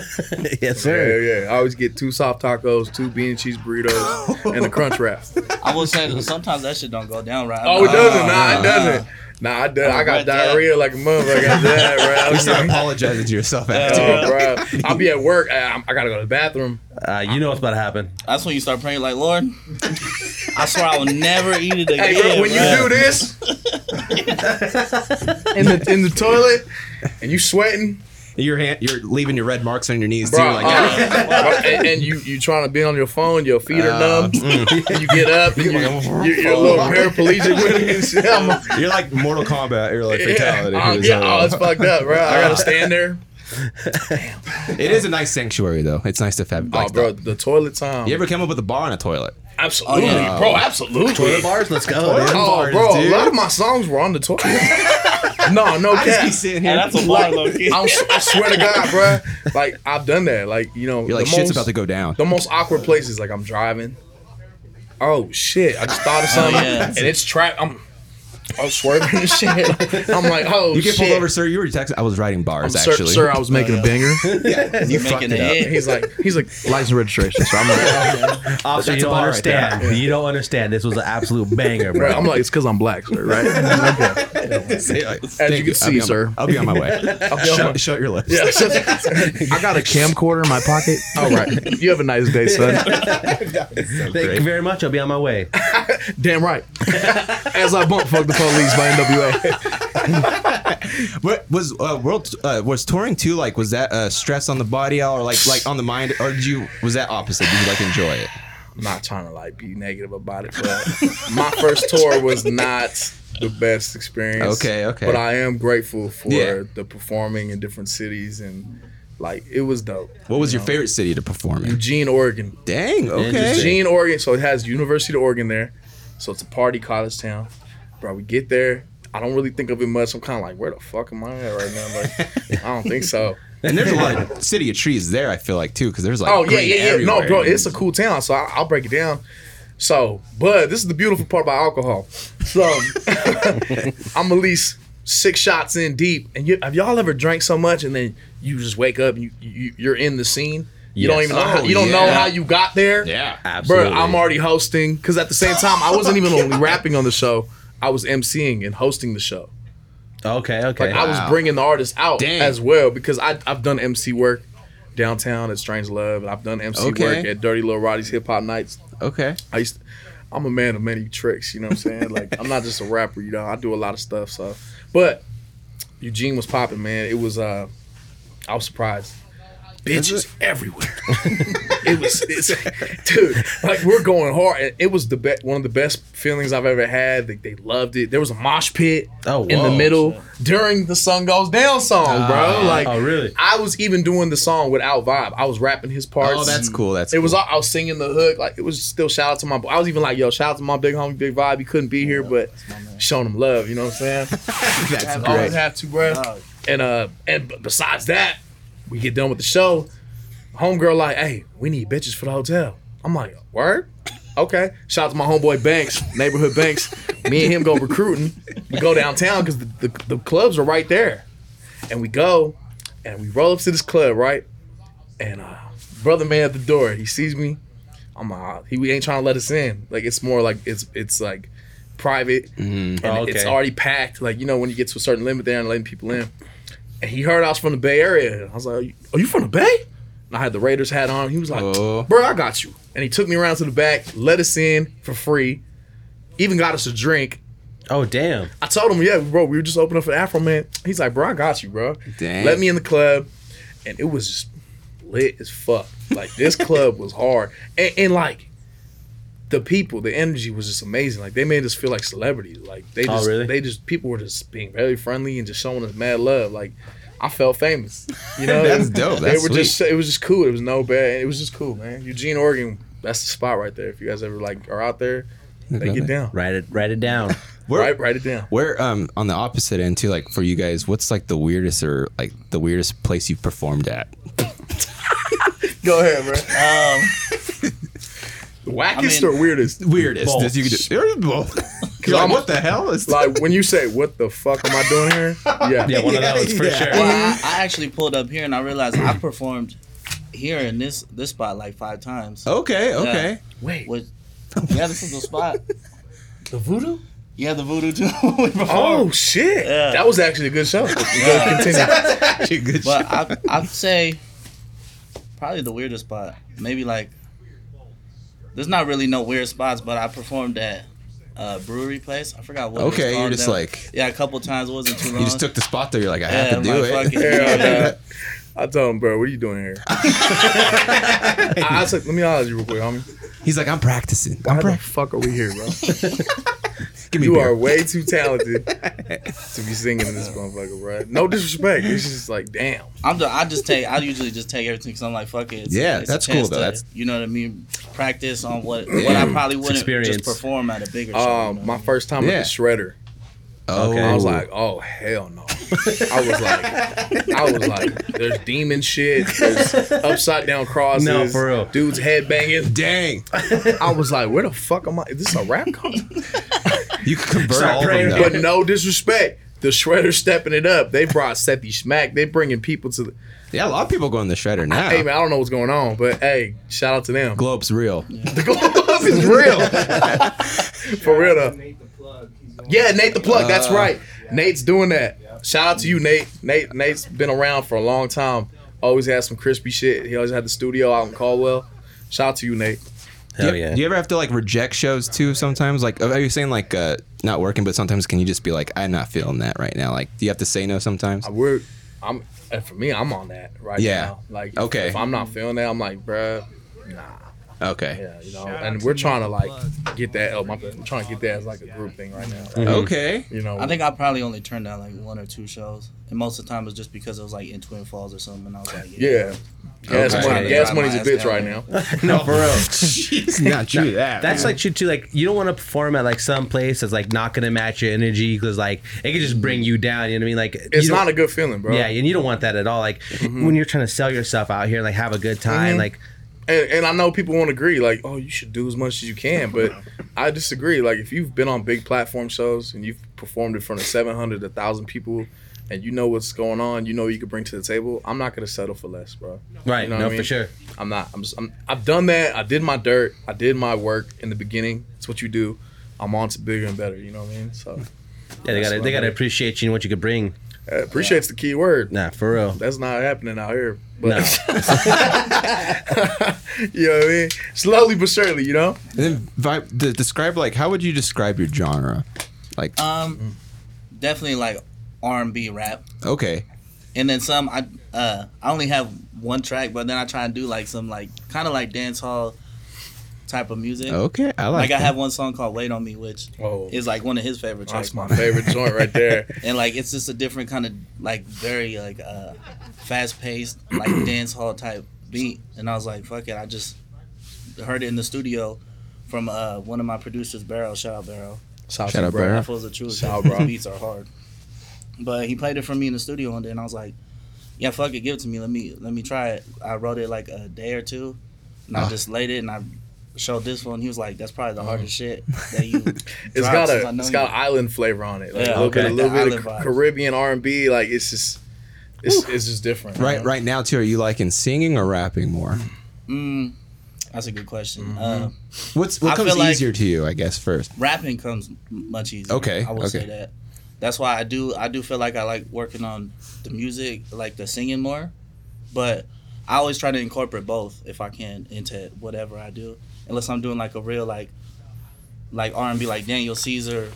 Yes,
Yeah,
sir.
yeah. I always get two soft tacos, two bean and cheese burritos, and a crunch wrap.
I will say that sometimes that shit don't go down right.
Oh, it doesn't.
Uh,
Nah, it doesn't. Nah, I, done, I got
regret that.
diarrhea like a motherfucker after that, bro. I
You
was
start
like,
apologizing to yourself after.
oh, bro. I'll be at work. I, I'm- I gotta go to the bathroom.
Uh, you know what's about to happen.
That's when you start praying, like Lord, I swear I will never eat it again.
Hey, bro, when
bruh."
you do this in the in the toilet and you sweating,
Your hand, you're leaving your red marks on your knees
bro,
too. Like,
uh,
yeah.
bro, and, and you you trying to be on your phone, your feet are
Uh,
numb. and you get up, and you, you, you're a little paraplegic with it. And shit. I'm like,
You're like Mortal Kombat. You're like
yeah,
fatality. uh,
oh,
Here's
yeah,
how-
oh, it's fucked up, bro. I gotta stand there.
It is a nice sanctuary though. It's nice to have.
Oh,
Like,
bro, the toilet time.
You ever come up with a bar in a toilet?
Absolutely,
Oh, yeah.
bro. Absolutely.
Toilet bars, let's go. dude.
Oh,
bars,
bro,
dude.
a lot of my songs were on the toilet. no, no
I just
cap.
be sitting
Yeah,
here.
that's a bar, low key.
I'm, I swear to God, bro. Like I've done that. Like you know,
You're like
the
shit's
most,
about to go down.
the most awkward places. Like I'm driving. Oh shit! I just thought of something,
yeah.
and it's trap. I'm, I'm swerving and shit. I'm like, oh
You get
shit.
pulled over, sir. You were texting. I was writing bars
Sir,
actually.
sir, I was making a banger.
you
making
fucked it
a
up.
hit.
And he's like, he's like license registration. So I'm
Officer,
like,
That's
you
a
don't
bar right
understand.
there.
You don't understand. This was an absolute banger,
bro,
bro.
I'm like, it's because I'm black, sir, right?
Say, like,
As
thank
you can
I'll be
see,
on-
sir.
I'll be on my way. shut, shut your lips.
Yeah, it's just- I got a camcorder in my pocket. All right, you have a nice day, son.
Thank you very much. I'll be on my way.
Damn right. As I bump, fuck the police by NWA.
What was uh, world uh, was touring too? Like, was that uh, stress on the body or like like on the mind, or did you was that opposite? Did you like enjoy it?
I'm not trying to like be negative about it, but my first tour was not the best experience.
Okay, okay.
But I am grateful for
Yeah.
the performing in different cities and like it was dope.
What was your favorite city to perform in?
Eugene, Oregon.
Dang. Okay.
Interesting.
Eugene, Oregon. So it has University of Oregon there. So it's a party college town. Bro, we get there. I don't really think of it much. I'm kind of like, where the fuck am I at right now? Like, I don't think so.
And there's a lot of city of trees there. I feel like too, because there's like
Oh yeah,
green
yeah, yeah. No,
everywhere.
bro, it's a cool town. So I, I'll break it down. So, but this is the beautiful part about alcohol. So I'm at least six shots in deep, and you, have y'all ever drank so much and then you just wake up and you, you you're in the scene. You don't
Yes.
even know how,
Oh,
you don't know
yeah.
how you got there.
yeah.
Absolutely.
Bro, I'm already hosting because at the same time I wasn't even only rapping on the show. I was emceeing and hosting the show.
Okay, okay.
Like I was
Wow.
bringing the artists out
Dang.
as well because I I've done MC work downtown at Strange Love and I've done MC
Okay.
work at Dirty Little Roddy's Hip Hop Nights.
Okay.
I used I'm a man of many tricks, you know what I'm saying? like I'm not just a rapper, you know. I do a lot of stuff, so but Eugene was popping, man. It was uh I was surprised. Bitches everywhere. it was, it's, dude. Like we're going hard. and It was the be- one of the best feelings I've ever had. They, they loved it. There was a mosh pit
Oh,
in the
whoa.
middle during the sun goes down song, bro. Like,
oh, really?
I was even doing the song without vibe. I was rapping his parts.
Oh, that's cool. That's
It was
cool.
all, I was singing the hook. Like it was still shout out to my. I was even like, yo, shout out to my big homie, Big Vibe. He couldn't be here, but showing him love. You know what I'm saying?
that's
Always
great.
have to, bro.
Dog.
And uh, and b- besides that, we get done with the show. Homegirl like, hey, we need bitches for the hotel. I'm like, word. Okay. Shout out to my homeboy Banks, neighborhood Banks. Me and him go recruiting. We go downtown because the, the, the clubs are right there, and we go, and we roll up to this club, right? And uh, brother man at the door, he sees me. I'm like, he we ain't trying to let us in. Like it's more like it's it's like private, and
Oh,
it's
okay.
already packed. Like you know when you get to a certain limit, there and letting people in. And he heard I was from the Bay Area. I was like, "Are you, are you from the Bay?" And I had the Raiders hat on. He was like,
Oh.
"Bro, I got you." And he took me around to the back, let us in for free, even got us a drink.
Oh damn.
I told him, yeah, bro, we were just opening up for Afro Man. He's like, bro, I got you, bro.
Dang.
Let me in the club. And it was just lit as fuck. Like this club was hard. And, and like the people, the energy was just amazing. Like they made us feel like celebrities. Like they
Oh,
just
really?
they just people were just being very friendly and just showing us mad love. Like I felt famous. You know?
That's dope. That's
they were
sweet.
just it was just cool. It was no bad. It was just cool, man. Eugene, Oregon, that's the spot right there. If you guys ever like are out there, they get down.
Write it. Write it down.
Where-
Write write it down.
Where um on the opposite end too, like for you guys, what's like the weirdest or like the weirdest place you've performed at?
Go ahead, bro.
Um,
Wackest
I mean-
or weirdest?
Weirdest
Both.
that you could do. You're both. You're like,
I'm-
what the hell is
Like when you say, "What the fuck am I doing here?" Yeah,
Yeah, one
Yeah,
of those for
yeah.
sure.
Well, I, I actually pulled up here and I realized I performed here in this this spot like five times.
Okay, okay.
Wait,
Which, yeah, this is the spot.
the voodoo?
Yeah, the voodoo too. we performed.
Oh shit,
Yeah.
that was actually a good show.
Yeah.
Continue.
Actually, good
But
shit.
I I'd say probably the weirdest spot. Maybe like there's not really no weird spots, but I performed at a brewery place. I forgot what. it was
Okay, you're
called
just
now.
like-
yeah, a couple times. It wasn't too long.
You just took the spot there. You're like, I
yeah,
have to do
I'm
it.
like, fuck
Hell
Yeah.
nah. uh, I told him, bro, what are you doing here? I, I was like, let me holler at you real quick, homie.
He's like, I'm practicing.
Why
I'm
the
practicing.
fuck are we here, bro?
Give me
You
beer.
are way too talented to be singing in this motherfucker, bro. No disrespect. It's just like, damn.
I'm the, I just take I usually just take everything because I'm like fuck it. It's-
Yeah,
it's a
that's cool,
chance
though.
to,
That's-
you know what I mean. Practice on what what
Yeah.
I probably wouldn't
experience.
just perform at a bigger show. you
Um,
know?
my first time
Yeah.
at the shredder.
Oh,
Okay.
I was like, oh hell no. I was like, I was like, there's demon shit, there's upside down crosses,
No, for real.
dudes head banging.
dang.
I was like, where the fuck am I? Is this a rap concert?
You could convert
Start
all of
praying.
them.
Yeah.
Now.
but no disrespect, the shredder stepping it up. They brought Sethy Smack. They bringing people to the.
Yeah, a lot of people go in the shredder
Ah.
now.
Hey man, I don't know what's going on, but hey, shout out to them.
Globe's real.
The glow is real, for real though.
Nate the plug. He's on-
Yeah, Nate the plug. That's
Uh,
right. Nate's doing that. Shout out to you, Nate. Nate Nate's been around for a long time. Always had some crispy shit. He always had the studio out in Caldwell. Shout out to you, Nate.
Hell
do, you,
yeah.
do you ever have to like reject shows too? Sometimes, like, are you saying like uh, not working? But sometimes, can you just be like, I'm not feeling that right now? Like, do you have to say no sometimes?
I- We're I'm and for me, I'm on that right
Yeah.
now. Like
Okay.
if I'm not feeling that, I'm like, bruh,
Okay,
yeah, you know. and we're trying to like get that oh my I'm trying to get that as like a group thing right now.
okay,
You know,
I think I probably only turned down like one or two shows, and most of the time it was just because it was like in Twin Falls or something. And I was like, yeah,
yeah. Gas
Okay.
money, gas money's a bitch right now.
No, for real.
Jeez, not you that.
That's like you too. Like you don't want to perform at like some place that's like not gonna match your energy because like it could just bring you down. You know what I mean? Like
It's not a good feeling, bro. Mm-hmm.
yeah, and you don't want that at all. Like when you're trying to sell yourself out here, like have a good time.
Mhm.
Like
and, and I know people won't agree, like, oh, you should do as much as you can, but I disagree. Like, if you've been on big platform shows and you've performed in front of 700, 1,000 people, and you know what's going on, you know what you can bring to the table, I'm not going to settle for less, bro.
right?
You know what
no,
I mean?
for sure.
I'm not. I'm just, I'm, I've done that. I did my dirt. I did my work in the beginning. It's what you do. I'm on to bigger and better. You know what I mean? So,
Yeah, they
That's
gotta
what
they
I
gotta
mean.
appreciate you and what you could bring.
uh, appreciates the key word.
Nah, for real.
That's not happening out here.
No,
But, you know what I mean? Slowly but surely, you know?
And then vi- de- describe like how would you describe your genre? Like
Uh,
um, definitely like R and B rap,
okay,
and then some. I uh, I only have one track, but then I try and do like some like kind of like dance hall type of music.
okay, Oh, I like.
Like I
that.
have one song called "Wait on Me," which
Whoa.
is like one of his favorite tracks.
Oh, That's my favorite joint right there.
and like it's just a different kind of like very like uh fast paced like dance hall type beat and i was like fuck it i just heard it in the studio from uh one of my producers barrel shout out barrel
Shout,
out, bro.
that fool's the truth
Shout out,
His
bro.
beats are hard but he played it for me in the studio one day and i was like yeah fuck it give it to me let me let me try it i wrote it like a day or two and
Ah.
i just laid it and i showed this one he was like that's probably the
Uh-huh.
hardest shit that you
It's got
dropped since
a
I know
it's
you."
got island flavor on it. Like a
Yeah,
little
okay.
bit, a little
The
bit of
island vibes.
Caribbean R and B. Like it's just it's, it's just different.
Right,
man.
right now too. Are you liking singing or rapping more?
mm, that's a good question
Mm-hmm.
uh,
What's what
I
comes
feel like-
easier to you? I guess first.
rapping comes m- much easier.
Okay,
I will
okay.
say that. That's why I do. I do feel like I like working on the music, like the singing more, but I always try to incorporate both if I can into whatever I do. Unless I'm doing like a real like, like R and B, like Daniel Caesar,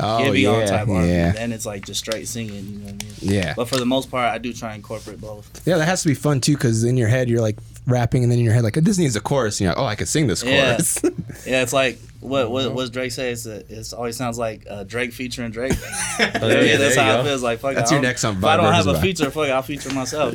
Oh,
Gibby on type R&B.
yeah.
Then it's like just straight singing. You know what I mean?
Yeah.
But for the most part, I do try and incorporate both.
Yeah, that has to be fun too, because in your head you're like rapping, and then in your head like this needs a chorus. And you're like, oh, I could sing this
Yeah.
chorus.
Yeah, it's like what what
Mm-hmm.
what's Drake say? It's a, it's always sounds like uh, Drake featuring Drake.
Oh,
yeah,
there you
that's how
go.
it feels like. Fuck,
That's
I
your
don't-
next song,
If I
Vibe
don't have
versus
a
Vibe.
feature, fuck, it, I'll feature myself.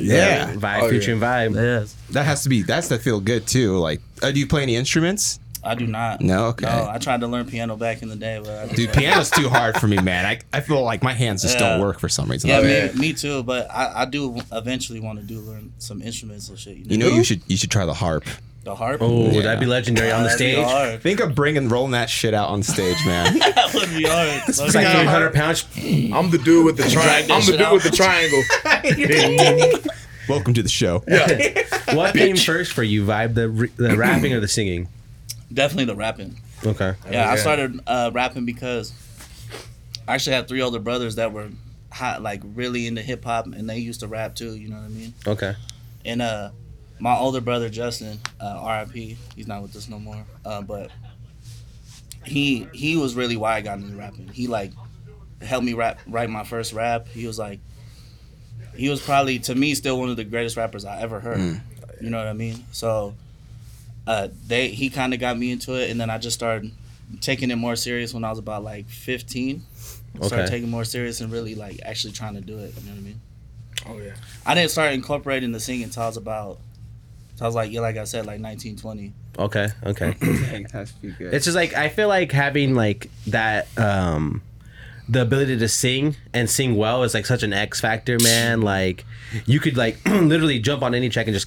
Vibe
Yeah.
Oh, yeah.
featuring vibe.
Yes.
that has to be that's to feel good too. Like, uh, do you play any instruments?
I do not.
No, okay.
No, I tried to learn piano back in the day, but I just-
Dude, piano's too hard for me, man. I, I feel like my hands just
Yeah.
don't work for some reason.
Yeah,
Like,
me, me too. But I, I do eventually want to do learn some instruments and shit. You know,
You know you should you should try the harp.
the harp.
Oh,
Yeah.
that'd be legendary on the
That'd be
stage.
hard.
Think of bringing rolling that shit out on stage, man.
that would be hard.
It's like
Fucking-
300 pounds.
I'm the dude with the triangle. I'm the
that shit
dude
out.
with the triangle.
Welcome to the show.
Yeah.
What came first for you, vibe? The re- the rapping or the singing?
Definitely the rapping.
Okay.
Yeah,
Yeah.
I started uh, rapping because I actually had three older brothers that were hot, like really into hip hop, and they used to rap too. You know what I mean?
Okay.
And uh, my older brother Justin, uh, RIP, he's not with us no more. Uh, but he he was really why I got into rapping. He like helped me rap write my first rap. He was like he was probably to me still one of the greatest rappers I ever heard. You know what I mean? So uh, they he kind of got me into it, and then I just started taking it more serious when I was about like 15. Started
Okay.
taking it more serious and really like actually trying to do it. You know what I mean?
Oh yeah.
I didn't start incorporating the singing until I was about, till I was like, yeah, like I said, like 19, 20.
Okay. Okay.
has to be good.
It's just like I feel like having like that um the ability to sing and sing well is like such an X factor, man. Like you could like literally jump on any track and just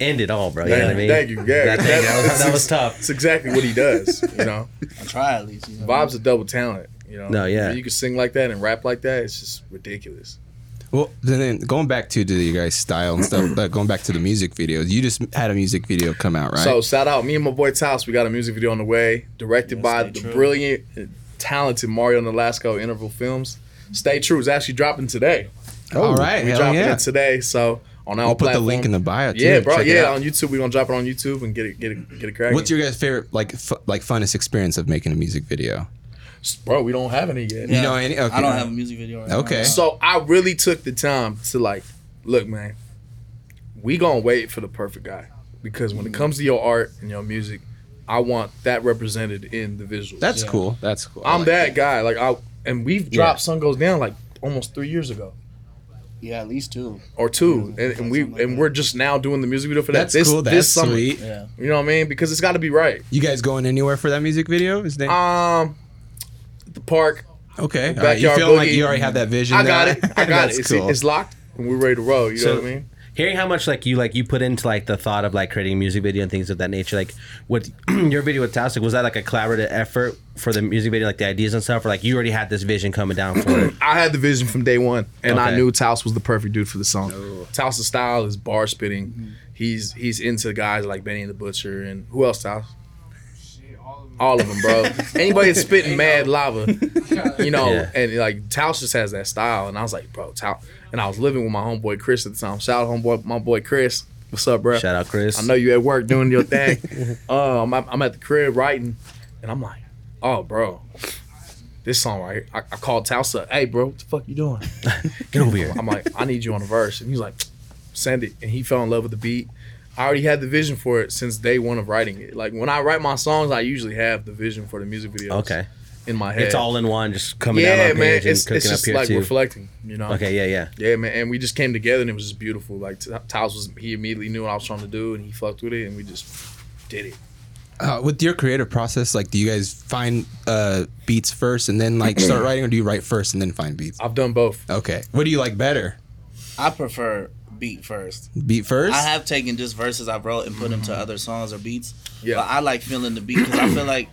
end it all, bro. You know what I mean?
Thank you. Yeah.
That, thing, that was, that was tough.
That's exactly what he does. You know,
I try at least. You know?
Bob's a double talent. You know.
No, yeah.
You can sing like that and rap like that. It's just ridiculous.
Well, then then going back to, to you guys' style and stuff, uh, going back to the music videos, you just had a music video come out, right?
So shout out me and my boy Tops. We got a music video on the way, directed
Yeah,
by
stay
the
true.
brilliant, uh, talented Mario Nolasco Interval Films. Stay true is actually dropping today.
all Oh, right,
oh, We
hell
dropping
yeah.
it today. So on our
I'll put the
platform.
link in the bio. Too.
Yeah, bro.
Check it
yeah,
out.
on YouTube. We're gonna drop it on YouTube and get it get it get it cracking.
What's your guys' favorite like f- like funnest experience of making a music video?
bro? We don't have any yet.
You know any? Okay.
I don't have a music video right
Okay.
now.
So I really took the time to like, look, man, we gonna wait for the perfect guy. Because
Mm.
when it comes to your art and your music, I want that represented in the visuals.
That's
Yeah.
cool. That's cool. I
I'm
like
that guy. Like I and we've dropped Sun Goes Down like almost three years ago.
Yeah, at least two.
Or two. And, and we and we're just now doing the music video for that
That's
this,
cool. That's
this summer.
sweet.
Yeah.
You know what I mean? Because it's gotta be right.
You guys going anywhere for that music video? Is that
Um the park.
okay? All right. You
Backyard
feel like
Boogie.
you already have that vision.
I got
now?
it. I got
That's
it. It's,
cool.
it's locked and we're ready to roll. You
So-
know what I mean?
Hearing how much like you like you put into like the thought of like creating a music video and things of that nature, like what your video with Tastic was that like a collaborative effort for the music video, like the ideas and stuff, or like you already had this vision coming down for it?
I had the vision from day one, and I
Okay.
knew Taos was the perfect dude for the song. Taos' style is bar spitting.
Mm-hmm.
He's he's into guys like Benny the Butcher and who else, Taos?
Shit, all of them.
All of them, bro. Anybody that's spitting mad lava, you know,
Yeah.
and like Taos just has that style. And I was like, bro, Taos. And I was living with my homeboy Chris at the time. Shout out, homeboy, my boy Chris. What's up, bro?
Shout out Chris.
I know you at work doing your thing. um, I'm, I'm at the crib writing, and I'm like, oh, bro, this song right here. I, I called Taos up. Hey, bro, what the fuck you doing?
Get over here.
I'm like, I need you on a verse. And he's like, send it. And he fell in love with the beat. I already had the vision for it since day one of writing it. Like when I write my songs, I usually have the vision for the music videos.
Okay.
In my head.
It's all in one, just coming
yeah,
down on page
man.
and
It's,
cooking
it's
up
just
here
like
too.
reflecting, you know.
Okay, yeah, yeah.
Yeah, man. And we just came together and it was just beautiful. Like T- Tiles was he immediately knew what I was trying to do and he fucked with it and we just did it.
uh, with your creative process, like, do you guys find uh, beats first and then like start writing, or do you write first and then find beats?
I've done both.
Okay, what do you like better?
I prefer beat first.
Beat first?
I have taken just verses I wrote and put them to other songs or beats.
Yeah.
But I like feeling the beat because I feel like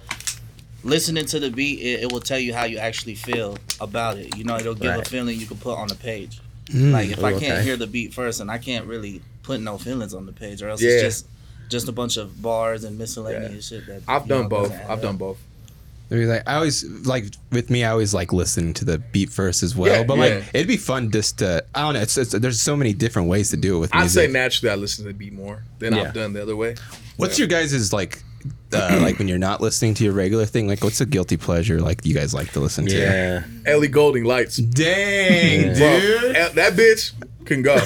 listening to the beat, it, it will tell you how you actually feel about it. You know, it'll give
Right.
a feeling you can put on the page.
Mm.
Like if I
Ooh,
can't
okay.
hear the beat first, and I can't really put no feelings on the page, or else
Yeah.
it's just just a bunch of bars and miscellaneous shit. That
I've
you
done
know,
both.
doesn't add
I've
up.
done both.
I mean, like I always like with me, I always like listen to the beat first as well.
Yeah,
but
yeah.
like it'd be fun just to I don't know. It's, it's there's so many different ways to do it with
I'd
music.
say naturally I listen to the beat more than
Yeah.
I've done the other way.
What's your guys' like uh, like when you're not listening to your regular thing? Like, what's a guilty pleasure like you guys like to listen to?
Yeah.
Ellie Golding lights.
Dang,
Bro, El- that bitch can go.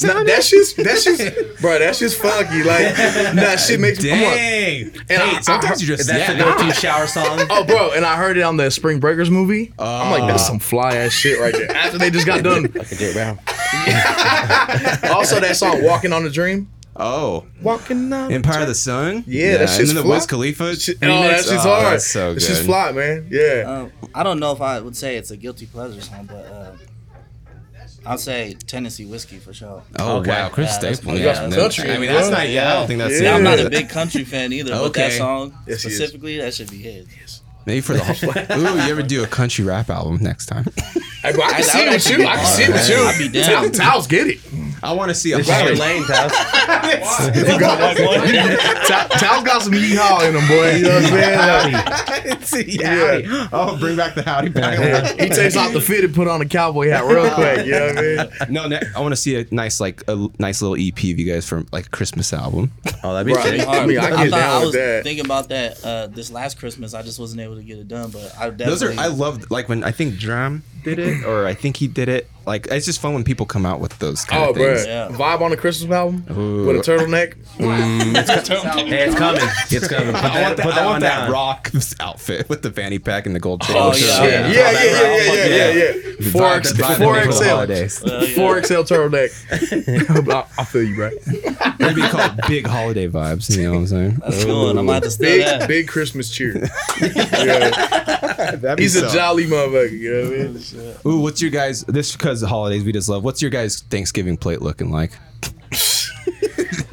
Nah, that shit's that shit's bro. That shit's funky. Like nah, shit makes me. I'm like,
Dang.
and I- I
Sometimes
heard-
you just
That's
yeah.
the go-to shower song.
Oh, bro, and I heard it on the Spring Breakers movie. I'm like, that's some fly ass shit right there. After they just got done. Also, that song "Walking on a Dream."
Oh,
Walking on.
Empire of the Sun.
Yeah, that
and
shit's
then the
fly.
Wiz Khalifa.
Shit, oh,
remix.
that shit's
Oh,
hard.
That's so good.
That shit's fly, man. Yeah.
Um, I don't know if I would say it's a guilty pleasure song, but uh, I'll say Tennessee whiskey for sure.
Oh
Okay.
wow, Chris
Yeah, that's
Stapleton.
pretty
Yeah,
good.
no,
Country,
I mean, that's
bro.
not. Yeah, I don't think that's.
Yeah.
Yeah, I'm not
it.
a big country fan either, but that
Okay.
song
Yes, he is.
specifically, that should be his.
Maybe for the whole. Ooh, you ever do a country rap album next time?
Hey, bro, I can
I-
see
I
it
would
with
actually
you. I
be
can see it with
hard.
you.
I'd be down.
Towels- Towels get it.
I want to see a
This is your
country.
lane, pal.
Tow- Towels got some yeehaw in them, boy. You know what I'm saying? Like,
yeah. Oh, bring back the howdy pile.
he takes off the fit and put on a cowboy hat real quick. You know what I mean?
no, ne- I want to see a nice like a l- nice little EP of you guys from like a Christmas album.
Oh, that'd be
Right.
sick.
I mean, I get
thought
down
I
with
was
that.
thinking about that uh, this last Christmas. I just wasn't able to get it done, but I definitely.
Those are I loved like when I think Drum did it or I think he did it. Like it's just fun when people come out with those kind
Oh,
of
bro.
things.
Yeah.
Vibe on the Christmas album
Ooh.
with a turtleneck.
Hey, it's coming. It's coming. Put that,
I want that,
put
I
that
want
one
that
down.
rock outfit with the fanny pack and the gold chain.
Oh,
Sure.
yeah.
Yeah, yeah,
Yeah.
yeah, yeah,
Vibe, vibe,
yeah, yeah,
yeah.
yeah. Four
Vibe
X,
to vibe
four
for the
XL,
holidays.
Well, uh, yeah.
four XL turtleneck. I- I feel you, bro.
It'd be called big holiday vibes. You know what I'm saying?
That's good. I'm about to steal
Big,
that.
big Christmas cheer. Yeah.
That'd be
He's a
so-
jolly motherfucker. You know what I mean?
Ooh, what's your guys? This because the holidays we just love. What's your guys Thanksgiving plate looking like?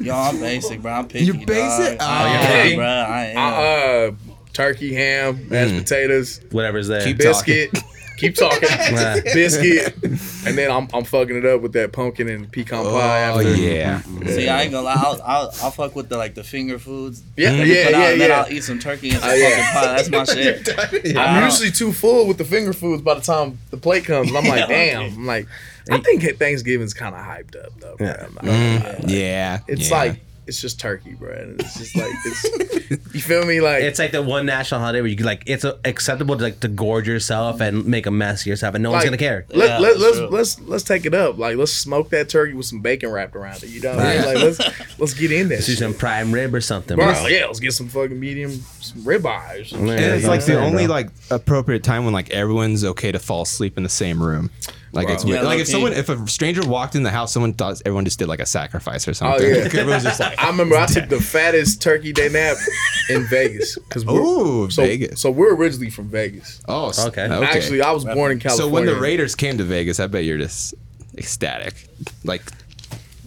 Yo, I'm basic, bro. I'm picky.
You're basic?
Dog.
Oh,
yeah,
you're
picky?
bro. I am.
Uh, turkey, ham, mashed potatoes,
Whatever's there.
Keep-
biscuit. Keep talking,
Nah.
biscuit, and then I'm, I'm fucking it up with that pumpkin and pecan pie.
Oh
After.
yeah.
See, I ain't gonna lie. I'll, I'll, I'll fuck with the like the finger foods.
Yeah,
Let me
yeah,
put out,
yeah,
Mm-hmm. uh, Then
yeah.
I'll eat some turkey and some
Oh, yeah.
fucking pie. That's my shit.
I'm
Wow.
usually too full with the finger foods by the time the plate comes. I'm like, damn. I'm like, I think Thanksgiving's kind of hyped up though. bro. I'm not-
Yeah.
It's
Mm. yeah.
like it's just turkey, bro. And it's just like it's. you feel me? Like
It's like the one national holiday where you can, like it's uh, acceptable to like to gorge yourself and make a mess of yourself, and no one's
Like-
gonna care.
Let,
Yeah,
let,
that's
let's
true.
let's let's take it up. Like let's smoke that turkey with some bacon wrapped around it. You know, what I mean? like let's let's get in there.
Let's do some prime rib or something.
Bro,
Let's-
yeah, let's get some fucking medium some ribeye. or some
Yeah.
shit.
And it's
Yeah,
like the
yeah,
only
bro.
like appropriate time when like everyone's okay to fall asleep in the same room. Like it's
Wow.
weird.
Yeah,
like
low
if someone
key.
if a stranger walked in the house, someone thought everyone just did like a sacrifice or something.
yeah.
Everyone's just like
I remember I took the fattest turkey day nap in Vegas. Cause we're-
Ooh,
so,
Vegas.
So we're originally from Vegas.
oh s-
Okay.
okay.
Actually, I was born in California.
so when the Raiders came to Vegas, I bet you're just ecstatic. Like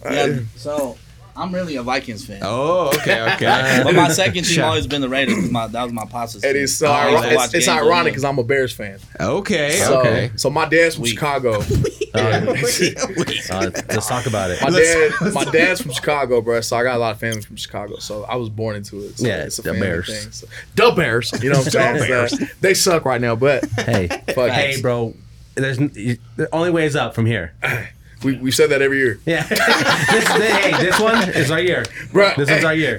Uh,
Yeah. So I'm really a Vikings fan.
oh okay okay.
But my second team
Shout-
always been the Raiders. 'cause My, that was my pops.
it is so
I always
ironic.
watch
It's, it's
games
ironic
on
because I'm a Bears fan.
okay
So,
okay.
so my dad's from
Weak.
Chicago.
Uh, let's talk about it.
My dad, my dad's from Chicago, bro. So I got a lot of family from Chicago. So I was born into it. So
Yeah,
it's a
the
family
Bears.
thing. So, the Bears. You know what I'm saying? So, they suck right now, but
Hey,
Fuck
hey,
it.
bro. There's n- you- the only way is up from here.
we, we said that every year.
Yeah. this, this, hey, this one is our year.
Bro,
This
hey,
one's our year.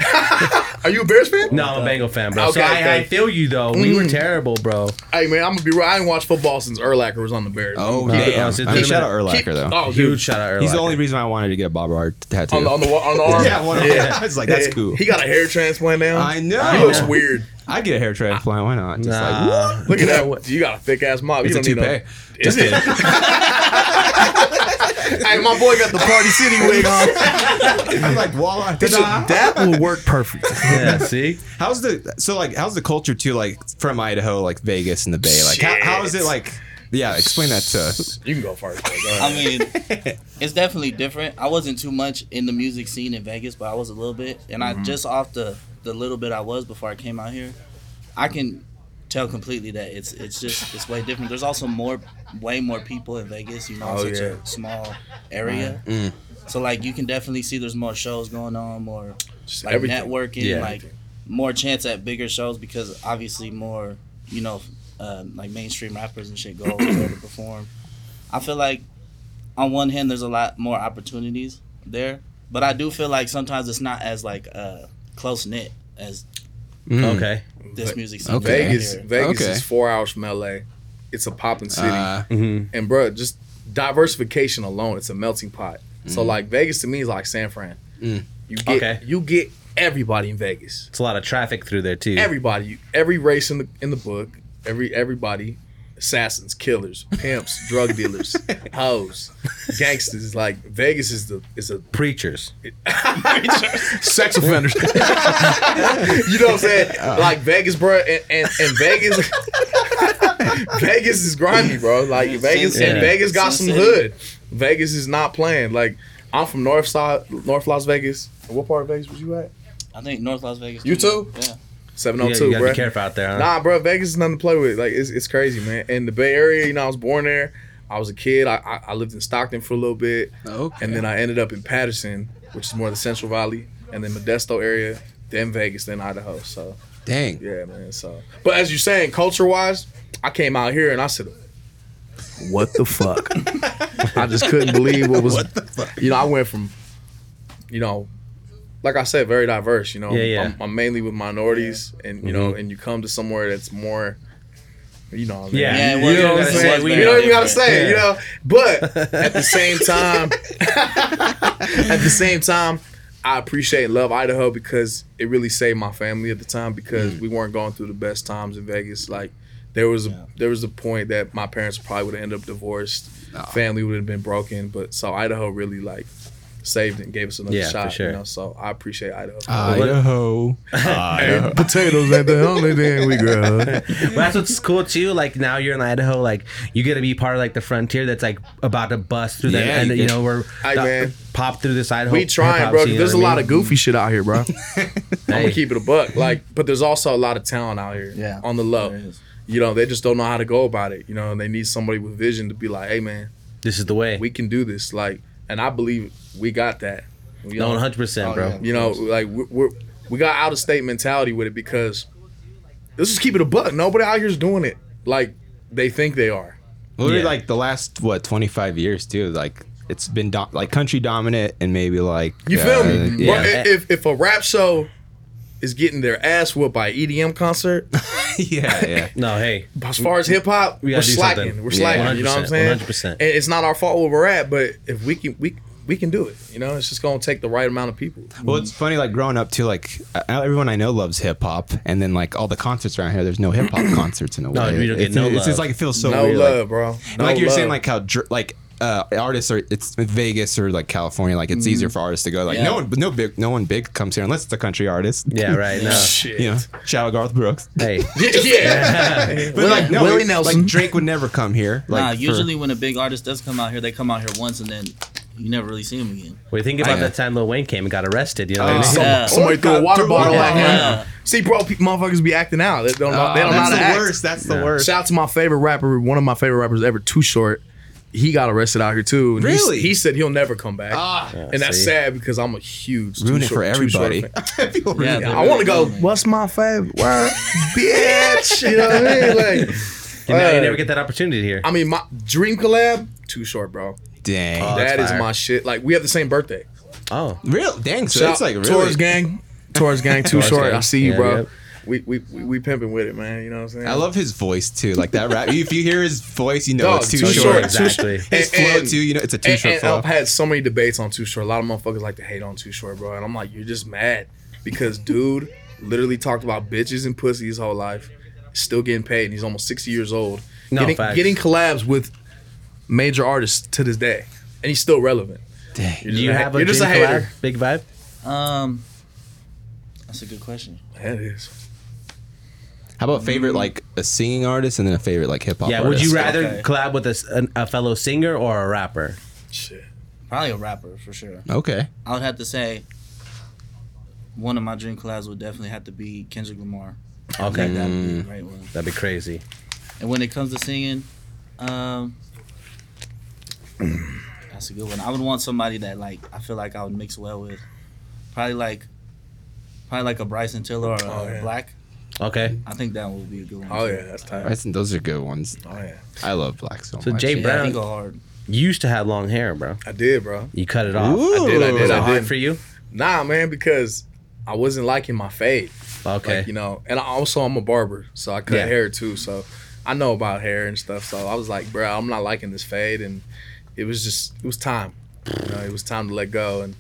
are you a Bears fan?
No, I'm a Bengal fan, bro. so
Okay,
I, I
okay. Mm.
feel you though. We were terrible, bro.
Hey man, I'm gonna be real. I ain't watched football since Erlacher was on the Bears.
Oh
Uh,
damn!
it's
I mean, shout out
Keep-
Erlacher though.
Oh,
Huge
dude.
shout out.
He's the
Urlacher.
only reason I wanted to get a Bob Art tattoo.
On the on the on the arm.
yeah, one of yeah. I was like, that's cool.
He got a hair transplant now.
I know.
He
I
looks
know.
weird.
I'd get a hair transplant. Why not? Just like, whoop.
Nah.
Look at that. You got a thick ass mop.
It's
you
a
don't need
toupee.
No, is it? hey, my boy got the Party City wig on.
I'm like, voila.
that will work perfect.
Yeah. See.
How's the so like? How's the culture too? Like from Idaho, like Vegas and the Bay. Like, how, how is it
Shit.
like? Yeah, explain that to us.
You can go first. Bro. Go
game.
ahead.
I mean, it's definitely different. I wasn't too much in the music scene in Vegas, but I was a little bit, and
Mm-hmm.
I just off the the little bit I was before I came out here, I can tell completely that it's it's just it's way different. There's also more, way more people in Vegas. You know,
Oh,
it's such
yeah. Mm.
a small area. So like you can definitely see there's more shows going on, more
Just
like
everything.
networking,
Yeah.
like more chance at bigger shows because obviously more you know um, like mainstream rappers and shit go over there to perform. I feel like on one hand there's a lot more opportunities there, but I do feel like sometimes it's not as like uh, close knit. as
Hmm. Mm.
Okay.
this music scene.
Okay.
Vegas.
Vegas, Vegas
Okay.
is four hours from LA. It's a popping city,
Uh,
Mm-hmm.
and bro, just diversification alone, it's a melting pot.
Mm.
So like Vegas to me is like San Fran. You get
Okay.
you get everybody in Vegas.
It's a lot of traffic through there too.
Everybody, you- every race in the in the book, every everybody, assassins, killers, pimps, drug dealers, hoes, gangsters. Like Vegas is the is a
Preachers.
sex offenders.
you know what I'm saying?
Uh-huh.
Like Vegas, bro, and, and, and Vegas, Vegas is grimy, bro. Like Vegas,
Sin
and
City.
Vegas got
Sin
some
City.
hood. Vegas is not playing. Like I'm from North Side, North Las Vegas. What part of Vegas was you at?
I think North Las Vegas.
You too?
Yeah.
Yeah, you
702,
gotta
bro.
be careful out there, huh?
oh Nah, bro, Vegas is nothing to play with. Like it's, it's crazy, man. And the Bay Area, you know, I was born there. I was a kid. I, I, I lived in Stockton for a little bit,
okay.
and then I ended up in Patterson, which is more the Central Valley, and then Modesto area, then Vegas, then Idaho. So.
Dang.
Yeah, man. So, but as you're saying, culture wise, I came out here and I said, "What the fuck?" I just couldn't believe what was. You know, I went from, you know, like I said, very diverse. You know,
Yeah, Mm-hmm. yeah.
I'm, I'm mainly with minorities, and you know, and you come to somewhere that's more. You know, what I mean?
Yeah.
Yeah, it
you,
was-
know what
it
I'm
was
saying.
very
You don't even gotta
different.
say it, you
Yeah.
know. But at the same time, at the same time, I appreciate and love Idaho because it really saved my family at the time because we weren't going through the best times in Vegas. Like there was a there was a point that my parents probably would have ended up divorced, family would have been broken. But so Idaho really like saved and gave us another
Yeah, for
shot.
sure.
You know, so I appreciate Idaho.
Ah, Idaho. Idaho.
potatoes ain't the only thing we grow.
But that's what's cool too. Like now you're in Idaho, like you get to be part of like the frontier that's like about to bust through that,
Yeah,
and
you
you
get-
know we're
Hey,
the-
man.
pop through this Idaho.
We trying,
hip-hop
bro.
scene, you
There's
know
a
what I
lot
mean?
of goofy shit out here, bro. I'm
Hey.
gonna keep it a buck. Like, but there's also a lot of talent out here.
Yeah.
On the low.
There is.
You know, they just don't know how to go about it. You know, and they need somebody with vision to be like, hey man,
This is the way.
we can do this. Like, and I believe we got that. You
no,
know,
100 percent,
Oh,
bro.
yeah.
you know, like we- we're, we got out of state mentality with it because let's just keep it a buck. Nobody out here's doing it like they think they are.
Literally,
Yeah.
like the last what twenty five years too. Like it's been do- like country dominant and maybe like
You
uh,
feel me?
Yeah.
Bro, i- if if a rap show is getting their ass whooped by an EDM concert,
yeah, yeah.
No, hey,
as far as hip hop,
we
we are
gotta do
slacking.
something.
We're
Yeah.
slacking. You know what I'm
100%,
saying?
100%.
And it's not our fault where we're at, but if we can, we we can do it. You know, it's just gonna take the right amount of people.
Well, it's funny, like growing up too, like uh, everyone I know loves hip hop, and then like all the concerts around here, there's no hip hop concerts in a way.
No, we don't get
it's,
no
it's
love.
just like it feels so
no
weird. like-
love, bro. No
like you're saying,
love.
like how dr- like uh, artists are it's Vegas or like California, like it's
Mm-hmm.
easier for artists to go. Like
Yeah.
no one, no big, no one big comes here unless it's a country artist.
yeah, right. No,
shit.
You know, shout out Garth Brooks.
hey,
yeah.
But like no,
Willie
like,
Nelson.
like Drake would never come here. Like,
nah,
for-
usually when a big artist does come out here, they come out here once and then you never really see them again.
we think about
Yeah.
that time Lil Wayne came and got arrested. You know, what I
Oh.
mean?
So-
Yeah.
Somebody threw a water bottle
Yeah.
at him.
Yeah.
See, bro, pe- motherfuckers be acting out. They don't, know,
Oh,
they don't know
that's
how to
the
act.
worst. That's the worst.
Shout out to my favorite rapper, one of my favorite rappers ever, Too Short. He got arrested out here too. And he s-
Really?
He, said he'll never come back.
Ah,
and that's
see?
sad because I'm a huge Too
ruin it
Short-
for
Too Short
everybody.
fan.
People ruin
Yeah,
it.
they're
I want to
really
go.
good, man.
What's my favorite word, bitch? You know what I mean? Like,
And now you
uh,
never get that opportunity here.
I mean, my dream collab. Too short, bro.
Dang.
Oh,
that
that's
is
fire.
my shit. Like, we have the same birthday.
Oh,
real dang. So
Shout
it's like really.
Taurus gang, Taurus gang. Too
Taurus
short.
gang.
I see you,
Yeah,
bro.
yep.
We, we we we pimping with it, man. You know what I'm saying?
I love his voice too, like that rap. if you hear his voice, you know
Dog,
it's too,
Too
short.
Short.
Oh, exactly.
His
And-
flow
and-
too, you know it's a too
And,
short
and
flow.
I've had so many debates on Too Short. A lot of motherfuckers like to hate on Too Short, bro. And I'm like, you're just mad because dude literally talked about bitches and pussy his whole life, still getting paid, and he's almost 60 years old.
No,
getting,
facts.
getting collabs with major artists to this day, and he's still relevant.
Dang.
do you have a
you're just a
dream collab?
hater.
Big vibe.
Um, that's a good question.
That is.
How about favorite like a singing artist and then a favorite like hip hop?
Yeah. Would you rather
Okay.
collab with a, s- an- a fellow singer or a rapper?
Shit.
Probably a rapper for sure.
Okay.
I would have to say one of my dream collabs would definitely have to be Kendrick Lamar.
Okay,
That would be a great one.
that'd be crazy.
And when it comes to singing, um, that's a good one. I would want somebody that like I feel like I would mix well with. Probably like, probably like a Bryson Tiller or a
Oh, yeah.
Black.
Okay,
I think that would be a good one.
Oh
too.
yeah, that's tight.
I think those are good ones.
Oh yeah,
I love Black so,
So
much.
Jay-
Yeah,
Brown.
he go hard.
you used to have long hair, bro.
I did, bro.
You cut it off.
Ooh. I did, I did,
Was it
I
hard
did.
for you?
Nah, man, because I wasn't liking my fade.
Okay.
Like, you know, and I also I'm a barber, so I cut
Yeah.
hair too. So I know about hair and stuff. So I was like, bro, I'm not liking this fade, and it was just it was time. You know, it was time to let go and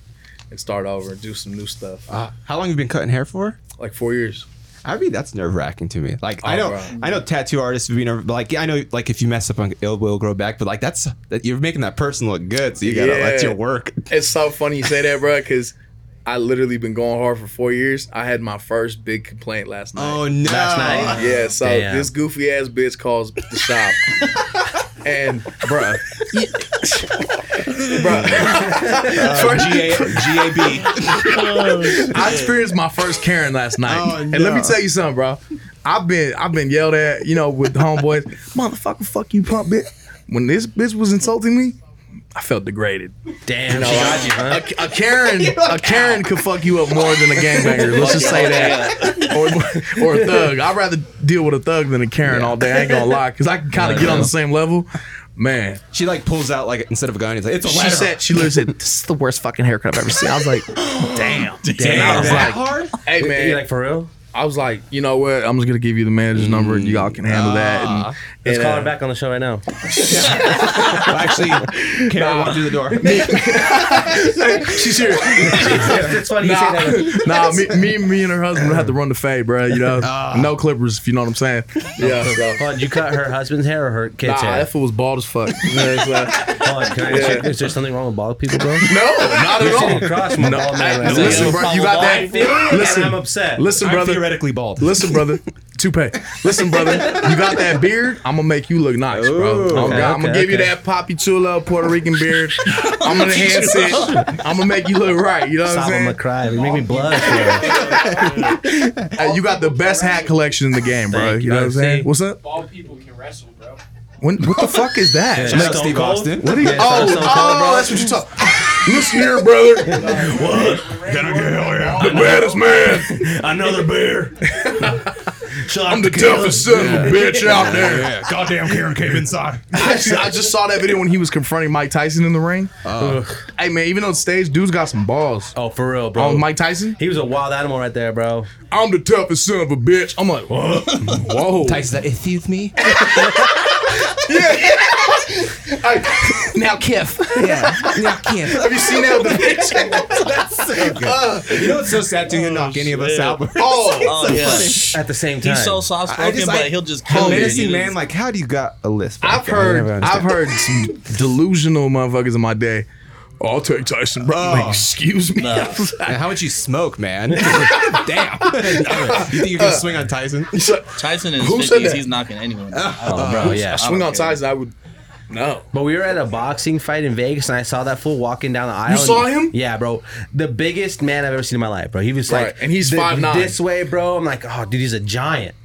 and start over and do some new stuff.
Uh, how long you been cutting hair for?
Like four years.
I mean, that's nerve wracking to me. Like, I
Oh,
know,
bro.
I know, tattoo artists would be nervous. But like, yeah, I know, like, if you mess up on ill will grow back, but like, that's that you're making that person look good, so you gotta let
Yeah.
your work.
It's so funny you say that, bro, because I literally been going hard for four years. I had my first big complaint last night.
Oh no!
Last night.
Yeah, so
Damn.
this goofy ass bitch calls the shop. and bruh. bruh. First- I experienced my first Karen last night.
Oh,
And let me
no.
tell you something, bro. I've been I've been yelled at, you know, with homeboys, motherfucker, fuck you, pump bitch. When this bitch was insulting me, I felt degraded.
Damn, she got you, huh?
A, a Karen, a Karen could fuck you up more than a gangbanger. Let's just say that, or, or a thug. I'd rather deal with a thug than a Karen all day. I ain't gonna lie, because I can kind of get on the same level. Man,
She like pulls out like instead of a gun, it's like it's a
she
ladder.
said she literally said this is the worst fucking haircut I've ever seen. I was like, damn, damn. I was
that
like,
hard?
hey man,
You like for real?
I was like, you know what? I'm just gonna give you the manager's number, and y'all can handle that. And,
Let's
and,
call
uh,
her back on the show right now.
Well, actually, Karen walked through the door.
She's here.
it's funny you say
Nah,
that.
nah me, me, me, and her husband would have to run the fade, bro. You know, no clippers, if you know what I'm saying. Yeah. so.
Hold on, you cut her husband's hair or her
Nah,
kid's hair?
that fool was bald as fuck. You know what I'm saying?
Hold on, can I,
Yeah.
is there something wrong with bald people, bro?
no, not
You're
at
sitting
all.
across from a bald man right now.
Listen, bro, you got
I feel
that.
it, and I'm
Listen,
upset.
listen,
I'm
brother.
theoretically bald.
Listen, brother. Toupee. Listen, brother. You got that beard? I'm gonna make you look nice, bro. I'm,
okay,
gonna- I'm gonna
okay,
give you
okay.
that Papi Chulo Puerto Rican beard. I'm gonna enhance it. I'm gonna make you look right. You know what I'm
Stop, I'm gonna
saying? Oh,
cry. You make me blush. bro.
Hey, Uh, you got the best hat collection in the game, bro.
Thank
You know what I'm
you. See?
saying? What's up?
All people can wrestle, bro.
When, what the fuck is that?
Shout out
Stone
Steve
Cold?
Austin.
What are you?
Yeah,
oh,
Stone Cold,
oh,
bro.
that's what you talk. Listen here, brother. The baddest man.
Another beer.
I'm the toughest son of a bitch out there.
Goddamn, Karen came inside.
I just, I just saw that video when he was confronting Mike Tyson in the ring. hey man, even on stage, dude's got some balls.
Oh, for real, bro.
On Mike Tyson,
He was a wild animal right there, bro.
I'm the toughest son of a bitch. I'm like, whoa, whoa.
Tyson's like, excuse me.
now Kiff. Yeah, now Kiff. Have you seen that with the bitch?
You know what's so sad too? He'll knock any of us out.
Oh,
Oh yeah,
At the same time.
he's so soft
I
spoken,
just,
but
like,
he'll just
Oh,
kill you.
menacing
You
man,
just-
like how do you got a list?
I've heard, I've heard some delusional motherfuckers in my day. Oh, I'll take Tyson, bro. I'm like,
Oh.
excuse me. I was like-
How much you smoke, man? Damn. Uh, you think you can swing on Tyson?
He's like,
Tyson in his
Who said
50s,
that? Ah,
he's knocking anyone.
Oh, bro, yeah.
swing
don't
on
care.
Tyson, I would. No.
But we were at a boxing fight in Vegas, and I saw that fool walking down the aisle. and-
saw him?
Yeah, bro. The biggest man I've ever seen in my life, bro. He was
Right,
like,
and he's
the-
5'9".
This way, bro. I'm like, oh, dude, he's a giant.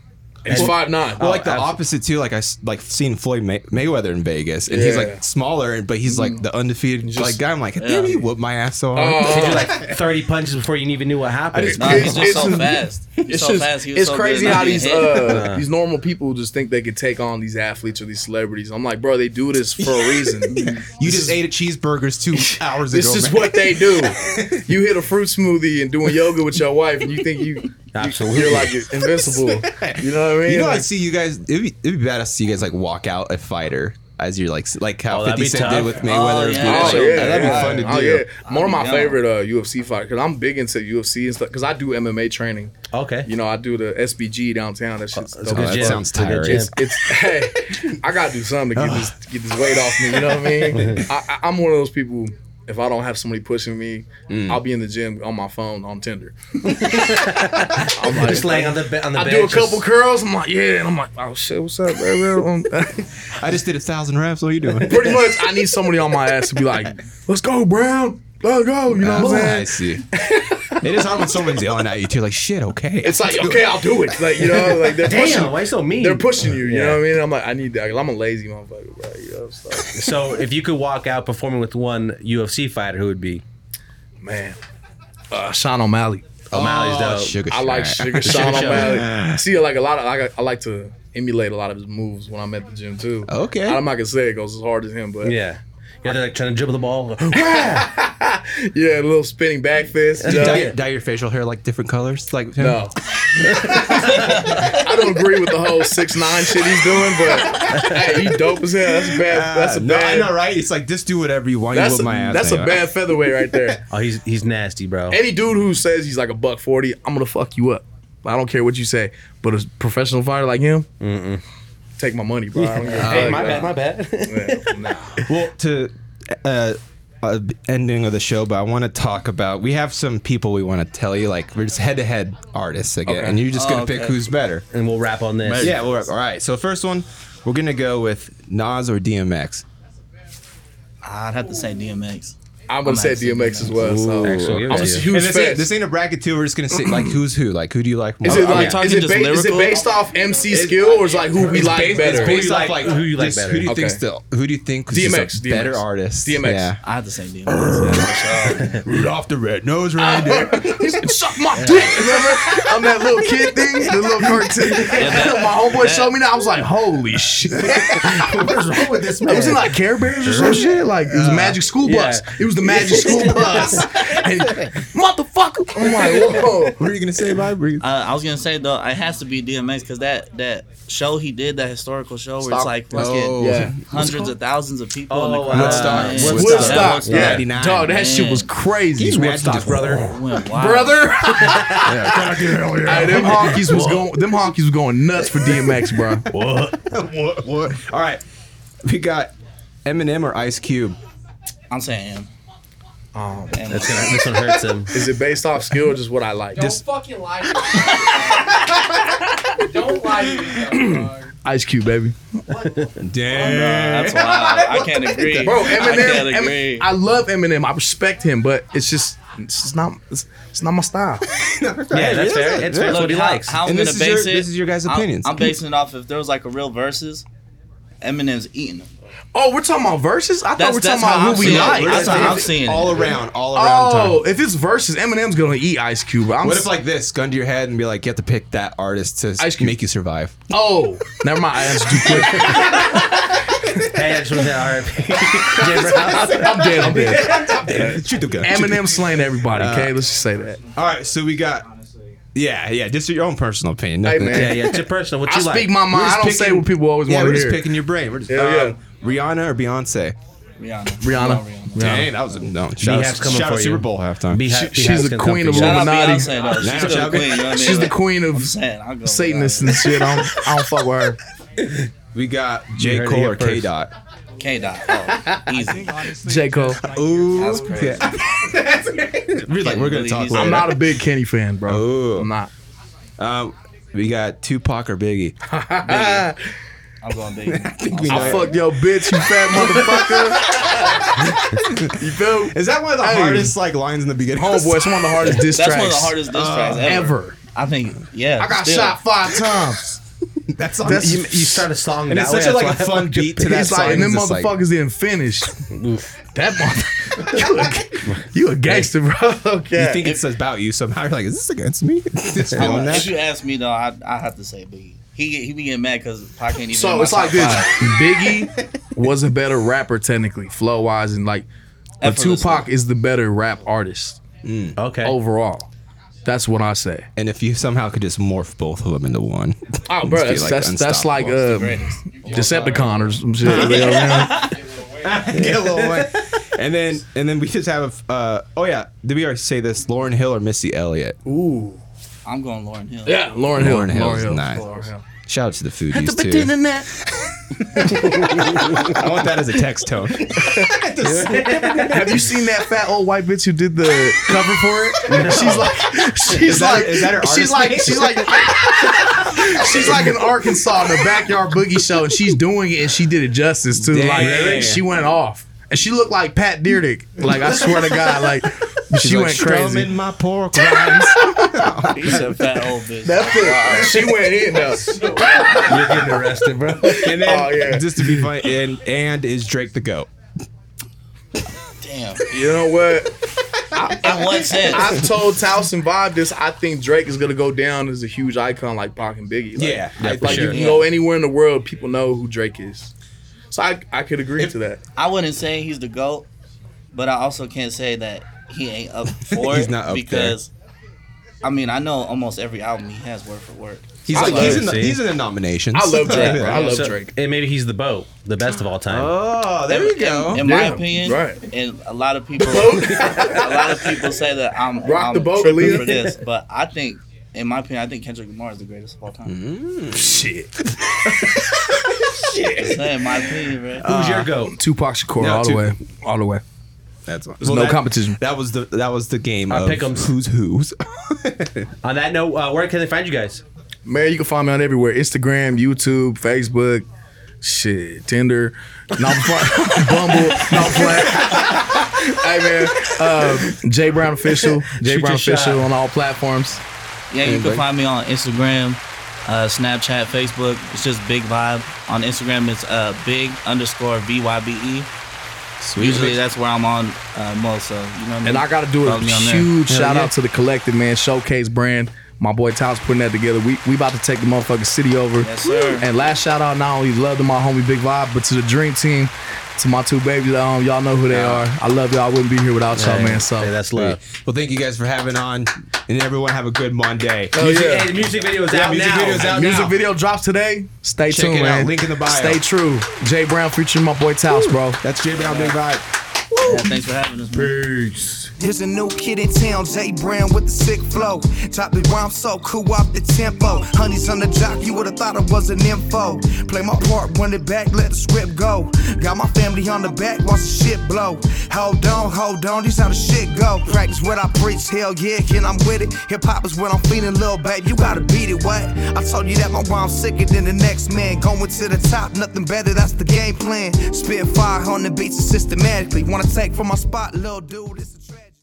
He's five nine.
Well, like the
absolutely.
opposite too. Like I s- like seen Floyd May- Mayweather in Vegas, and he's
Yeah.
like smaller, and but he's like the undefeated like guy. I'm like, damn, he whooped my ass so hard.
He
Oh.
did like 30 punches before you even knew what happened. Uh,
just-
Nah, he's just
It's-
so
it's-
fast. He's
it's
so
just
fast. He was
it's
so good
crazy
at not
how
getting
these
hit.
uh, these normal people just think they can take on these athletes or these celebrities. I'm like, bro, they do this for a reason.
you just ate a cheeseburgers two hours ago.
This
man.
is what they do. You hit a fruit smoothie and doing yoga with your wife, and you think you
Absolutely.
you're like invincible. You know what I mean?
You know, I
Like,
see you guys. It'd be, it'd be badass to see you guys like walk out a fighter as you're like s- like how
Oh, that'd
50
be
Cent
tough.
did with Mayweather.
Oh,
It's
yeah.
gonna
Oh
show-
yeah,
that'd be
yeah.
fun to do.
Oh yeah, one of my
down.
favorite uh, UFC fighters because I'm big into UFC and stuff because I do MMA training.
okay.
You know, I do the SBG downtown. That shit's
It's a
dope.
good
that
gym.
sounds
It's a good
tiring.
gym.
it's hey, I gotta do something to get this to get this weight off me. You know what I mean? I, I, I'm one of those people. If I don't have somebody pushing me,
Mm.
I'll be in the gym on my phone on Tinder. I'm like,
Just laying on the, be- on the
I
bench.
do a couple
just-
curls. I'm like, yeah, and I'm like, oh shit, what's up, bro? Um,
I just did a thousand reps. What are you doing?
Pretty much, I need somebody on my ass to be like, let's go, Brown. Let's go. You know what I'm
Oh, I
saying?
see. It is hard when someone's yelling at you too. Like shit. Okay.
It's like, okay, I'll do it. Like you know, like they're
Damn,
pushing.
why you so mean?
They're pushing you, you
Yeah.
know what I mean? I'm like, I need that. I'm a lazy motherfucker, bro. You know, so,
So if you could walk out performing with one UFC fighter, who would be?
man. Uh, Sean O'Malley.
O'Malley's
Oh,
dope.
sugar
I like
shack.
Sugar Sean
Sugar
O'Malley. See, like a lot of I, got- I like to emulate a lot of his moves when I'm at the gym too.
Okay.
I'm not gonna say it goes as hard as him, but
Yeah. You know, they're like trying to dribble the ball. Wah!
Yeah, a little spinning back fist.
Did you
no.
dye, your- dye your facial hair like different colors? Like him?
No. I don't agree with the whole six nine shit he's doing, but hey, he dope as hell. That's a bad. That's a
Ah, no, I
bad.
know, right? It's like just do whatever you want. You
That's,
whip
a,
my ass.
that's a
anyway.
bad featherweight right there.
oh, he's he's nasty, bro.
Any dude who says he's like a buck forty, I'm gonna fuck you up. I don't care what you say, but a professional fighter like him, take my money, bro. I don't give a fuck, bro.
bad.
Yeah, nah.
well to uh, uh ending of the show but i want to talk about we have some people we want to tell you like we're just head-to-head artists again and you're just
Oh,
gonna pick
okay.
who's better
and we'll wrap on this.
yeah well, all right so first one we're gonna go with nas or dmx
I'd have to say DMX.
I'm gonna
I'm
say
actually
DMX as well. So.
Ooh. Actually,
I'm just a huge
and this
fan.
ain't, this ain't a bracket too we're just gonna say like who's who like who do you like more
Is it,
Are we
like,
talking
is, it
just
ba- is it
lyrical?
based off MC skill or is it like who we
It's
like
based-
better?
It's based off like
Who you like
just
better.
Who do you
Okay.
think still? Who do you think was
DMX,
just a better
DMX.
artist?
DMX.
I have to say DMX. yeah, for sure.
Rudolph the Red Nose Reindeer.
He said, suck my dick. Remember? I'm that little kid thing, the little cartoon. my homeboy showed me that. I was like, holy shit. What's wrong with this man? It was in like Care Bears or some shit. Like, it was Magic School
yeah.
Bus. It was the Magic School Bus. And, Motherfucker. I'm like, whoa.
what are you gonna say, Bob? Were you-
Uh, I was gonna say though, it has to be DMX because that that show he did, that historical show where
Stop.
it's like
Oh.
fucking
Yeah.
hundreds of thousands of people in
Oh,
the crowd.
Woodstock.
and-
Woodstock.
Woodstock.
Woodstock.
Yeah.
99.
Dog, that shit was
Man.
Can
crazy.
you imagine just-
Oh,
Went wild.
Brother,
yeah.
hey, them honkies was going. Them honkies was going nuts for DMX, bro.
what, what? All right, we got Eminem or Ice Cube.
I'm saying him.
Um,
And- uh,
That's gonna, this one hurts him.
is it based off skill or just what I like?
Don't
Just
fucking lie to yourself. Don't lie to yourself, dog.
Ice Cube, baby.
Damn.
that's wild. I can't agree.
Bro,
I
Eminem.
can't
Em- I,
agree.
love Eminem. I respect him, but it's just it's just not it's, it's not my style.
Yeah, that's
yeah,
fair.
yeah.
It's fair. That's
Look,
what he
how,
likes.
How I'm
And
gonna
this is
base
your-
it.
this is your guys'
I'm-
opinions.
I'm, basing it off if there was like a real versus. Eminem's eating them.
Oh, we're talking about verses. I thought
That's-
we we're talking
that's
about
how
who
I'm
we
seeing it.
like.
That's how I'm seeing it.
All around, all around.
Oh,
time.
if it's verses, Eminem's gonna eat Ice Cube. I'm
What
s-
if like this, gun to your head, and be like, you have to pick that artist to
Ice
s-
Cube.
make you survive.
oh, never mind. I answered too quick.
Hey, I just want to say RIP. Jay Brown.
I'm dead. I'm dead.
Shoot the gun.
Eminem slaying everybody.
Uh,
Okay, let's just say that.
All right, so we got. Yeah, yeah. Just your own personal opinion.
Hey,
nothing-
man.
Yeah, yeah. It's your personal. What
I
you
speak
like?
my mind.
just
I don't say
picking-
what people always
Yeah,
want
we're
to
just
hear.
picking your brain. We're just
Hell
um, Rihanna or Beyonce.
Rihanna.
Rihanna.
Love Rihanna.
Dang, that was a no. Shout out,
Beehive's coming
shout out
for
Super
you.
Bowl halftime.
Beehive-
She- she's
Beehive's
the
gonna
queen
come
of
for you.
Shout
Shout
out
Illuminati.
Beyonce though.
Nah,
She's still
shout out
the queen. You know what I mean?
She's the
Like,
queen
I'm
of
saying, I'll go with
Satanists and shit. I don't, I don't fuck with her.
We got
You
J.
heard it
Cole
here
or K.
first.
Dot.
that. K dot. Oh, easy.
J. Cole.
Ooh,
That's crazy.
we're like we're gonna
Really
talk.
easy.
later.
I'm not a big Kenny fan, bro.
Ooh.
I'm not.
Um, we got Tupac or Biggie.
I'm going big.
we
I
know.
fucked your bitch, you fat motherfucker. you feel?
Is that one of the
Hey.
hardest like lines in the beginning?
Homeboy, it's one of the hardest diss
That's
tracks
one of the hardest diss
Uh,
tracks ever.
ever.
I think, yeah.
I got
still.
shot five times.
That's, on,
That's-
You, you start a song
and
that
it's
way,
such a,
that's
like a
why-
fun beat to that
He's
song.
like, and them
It's just like-
motherfuckers didn't finish. That motherfucker. you, a, you a gangster, bro. Okay.
you think it's about you somehow? You're like, is this against me? Just
I
feeling
would-
that.
If you ask me though, I I have to say Biggie. He he be getting mad because Pac ain't even. in
so
my
it's like
top
this
five.
Biggie was a better rapper, technically, flow wise, and like, but
Effortlessly.
Tupac is the better rap artist
Okay.
overall. That's what I say.
And if you somehow could just morph both of them into one.
Oh, bro,
Just be, like,
that's that's, that's like
unstoppable.
uh,
Greatest.
Decepticon or some shit. You know what I mean?
Get a little way. And then and then we just have uh oh yeah, did we already say this? Lauren Hill or Missy Elliott?
I'm going Lauren Hill.
yeah, Lauren Hill.
Lauren Hill's
Hill.
nice.
Lauryn Hill.
Shout out to the foodies too. I want that as a text tone.
Have you seen that fat old white bitch who did the cover for it? She's like, she's
that-
like,
is that her artist
she's like,
name?
she's like, she's like in Arkansas in the backyard boogie show, and she's doing it, and she did it justice too.
Dang.
Like she went off, and she looked like Pat Deerdick. Like I swear to God, like she went crazy.
my pork rinds.
He's a fat old bitch.
That's it. She went in though.
You're getting arrested, bro.
and then
Oh, yeah.
just to be funny, and and is Drake the goat?
Damn.
You know what?
In what sense?
I've told Towson Vibe this. I think Drake is gonna go down as a huge icon like Pac and Biggie. Like,
Yeah,
yeah,
like,
for
like
sure.
you can go anywhere in the world, people know who Drake is.
So I, I could agree to that.
I wouldn't say he's the goat, but I also can't say that he ain't up for
He's
it
not up there.
because I mean I know almost every album he has word for word.
He's
I
like
love
he's
it,
in, the,
see?
he's in the nominations.
I love Drake, bro. I love
So-
Drake.
And maybe he's the boat, the best of all time.
Oh, there you
In-
go.
In, my
Yeah,
opinion,
right.
and a lot of people, a lot of people say that I'm
Rock
I'm
the boat,
tripping
Aaliyah.
for this, but I think, in my opinion, I think Kendrick Lamar is the greatest of all time.
Mm. Shit.
Just saying, my opinion, right?
Who's your goat?
Tupac Shakur
No,
all the
Tu-
way, all the way.
That's one.
There's no
that,
competition.
That was the that was the game.
I
of
pick 'em.
Who's who's?
On that note, uh, where can they find you guys?
Man, you can find me on everywhere: Instagram, YouTube, Facebook, shit, Tinder, no, I'm playing. Bumble, no, I'm playing. hey man, um, J Brown official, J
Shoot
Brown
your shot.
official on all platforms.
Yeah, you
Anybody?
can find me on Instagram, uh, Snapchat, Facebook. It's just Big Vibe. On Instagram, it's uh, Big underscore V Y B E. Usually that's where I'm on uh, most. So you know what I mean.
And I got to do a
Follow me on there.
huge
Hell
shout
yeah.
out to the collective, man. Showcase brand. My boy Tyler's putting that together. We we about to take the motherfucking city over.
Yes, sir.
And last shout out not only love to my homie Big Vibe, but to the Dream Team, to my two babies. Um, y'all know who they are. I love y'all. I wouldn't be here without y'all,
Hey,
man. So
hey, that's love.
Well, thank you guys for having on, and everyone have a good Monday.
Hell
Music,
yeah.
hey, the music video is
Oh, Yeah,
out
music
now.
video's out.
music
now.
video drops today. Stay
Check
tuned,
it out.
man.
Link in the bio.
Stay true. Jay Brown featuring my boy Taos, bro.
That's J Brown Big Vibe.
Yeah, thanks for having us. Man.
There's a new kid in town, Jay Brown with the sick flow. Top it rhyme so cool off the tempo. Honey's on the jock, you would've thought I was an info. Play my part, run it back, let the script go. Got my family on the back, watch the shit blow. Hold on, hold on, these how the shit go. Practice what I preach, hell yeah, and I'm with it. Hip hop is what I'm feeling, little babe, you gotta beat it, what? I told you that my rhyme's sicker than the next man. Going to the top, nothing better, that's the game plan. Spit fire on the beats systematically. Wanna take from my spot, little dude, it's a tragedy.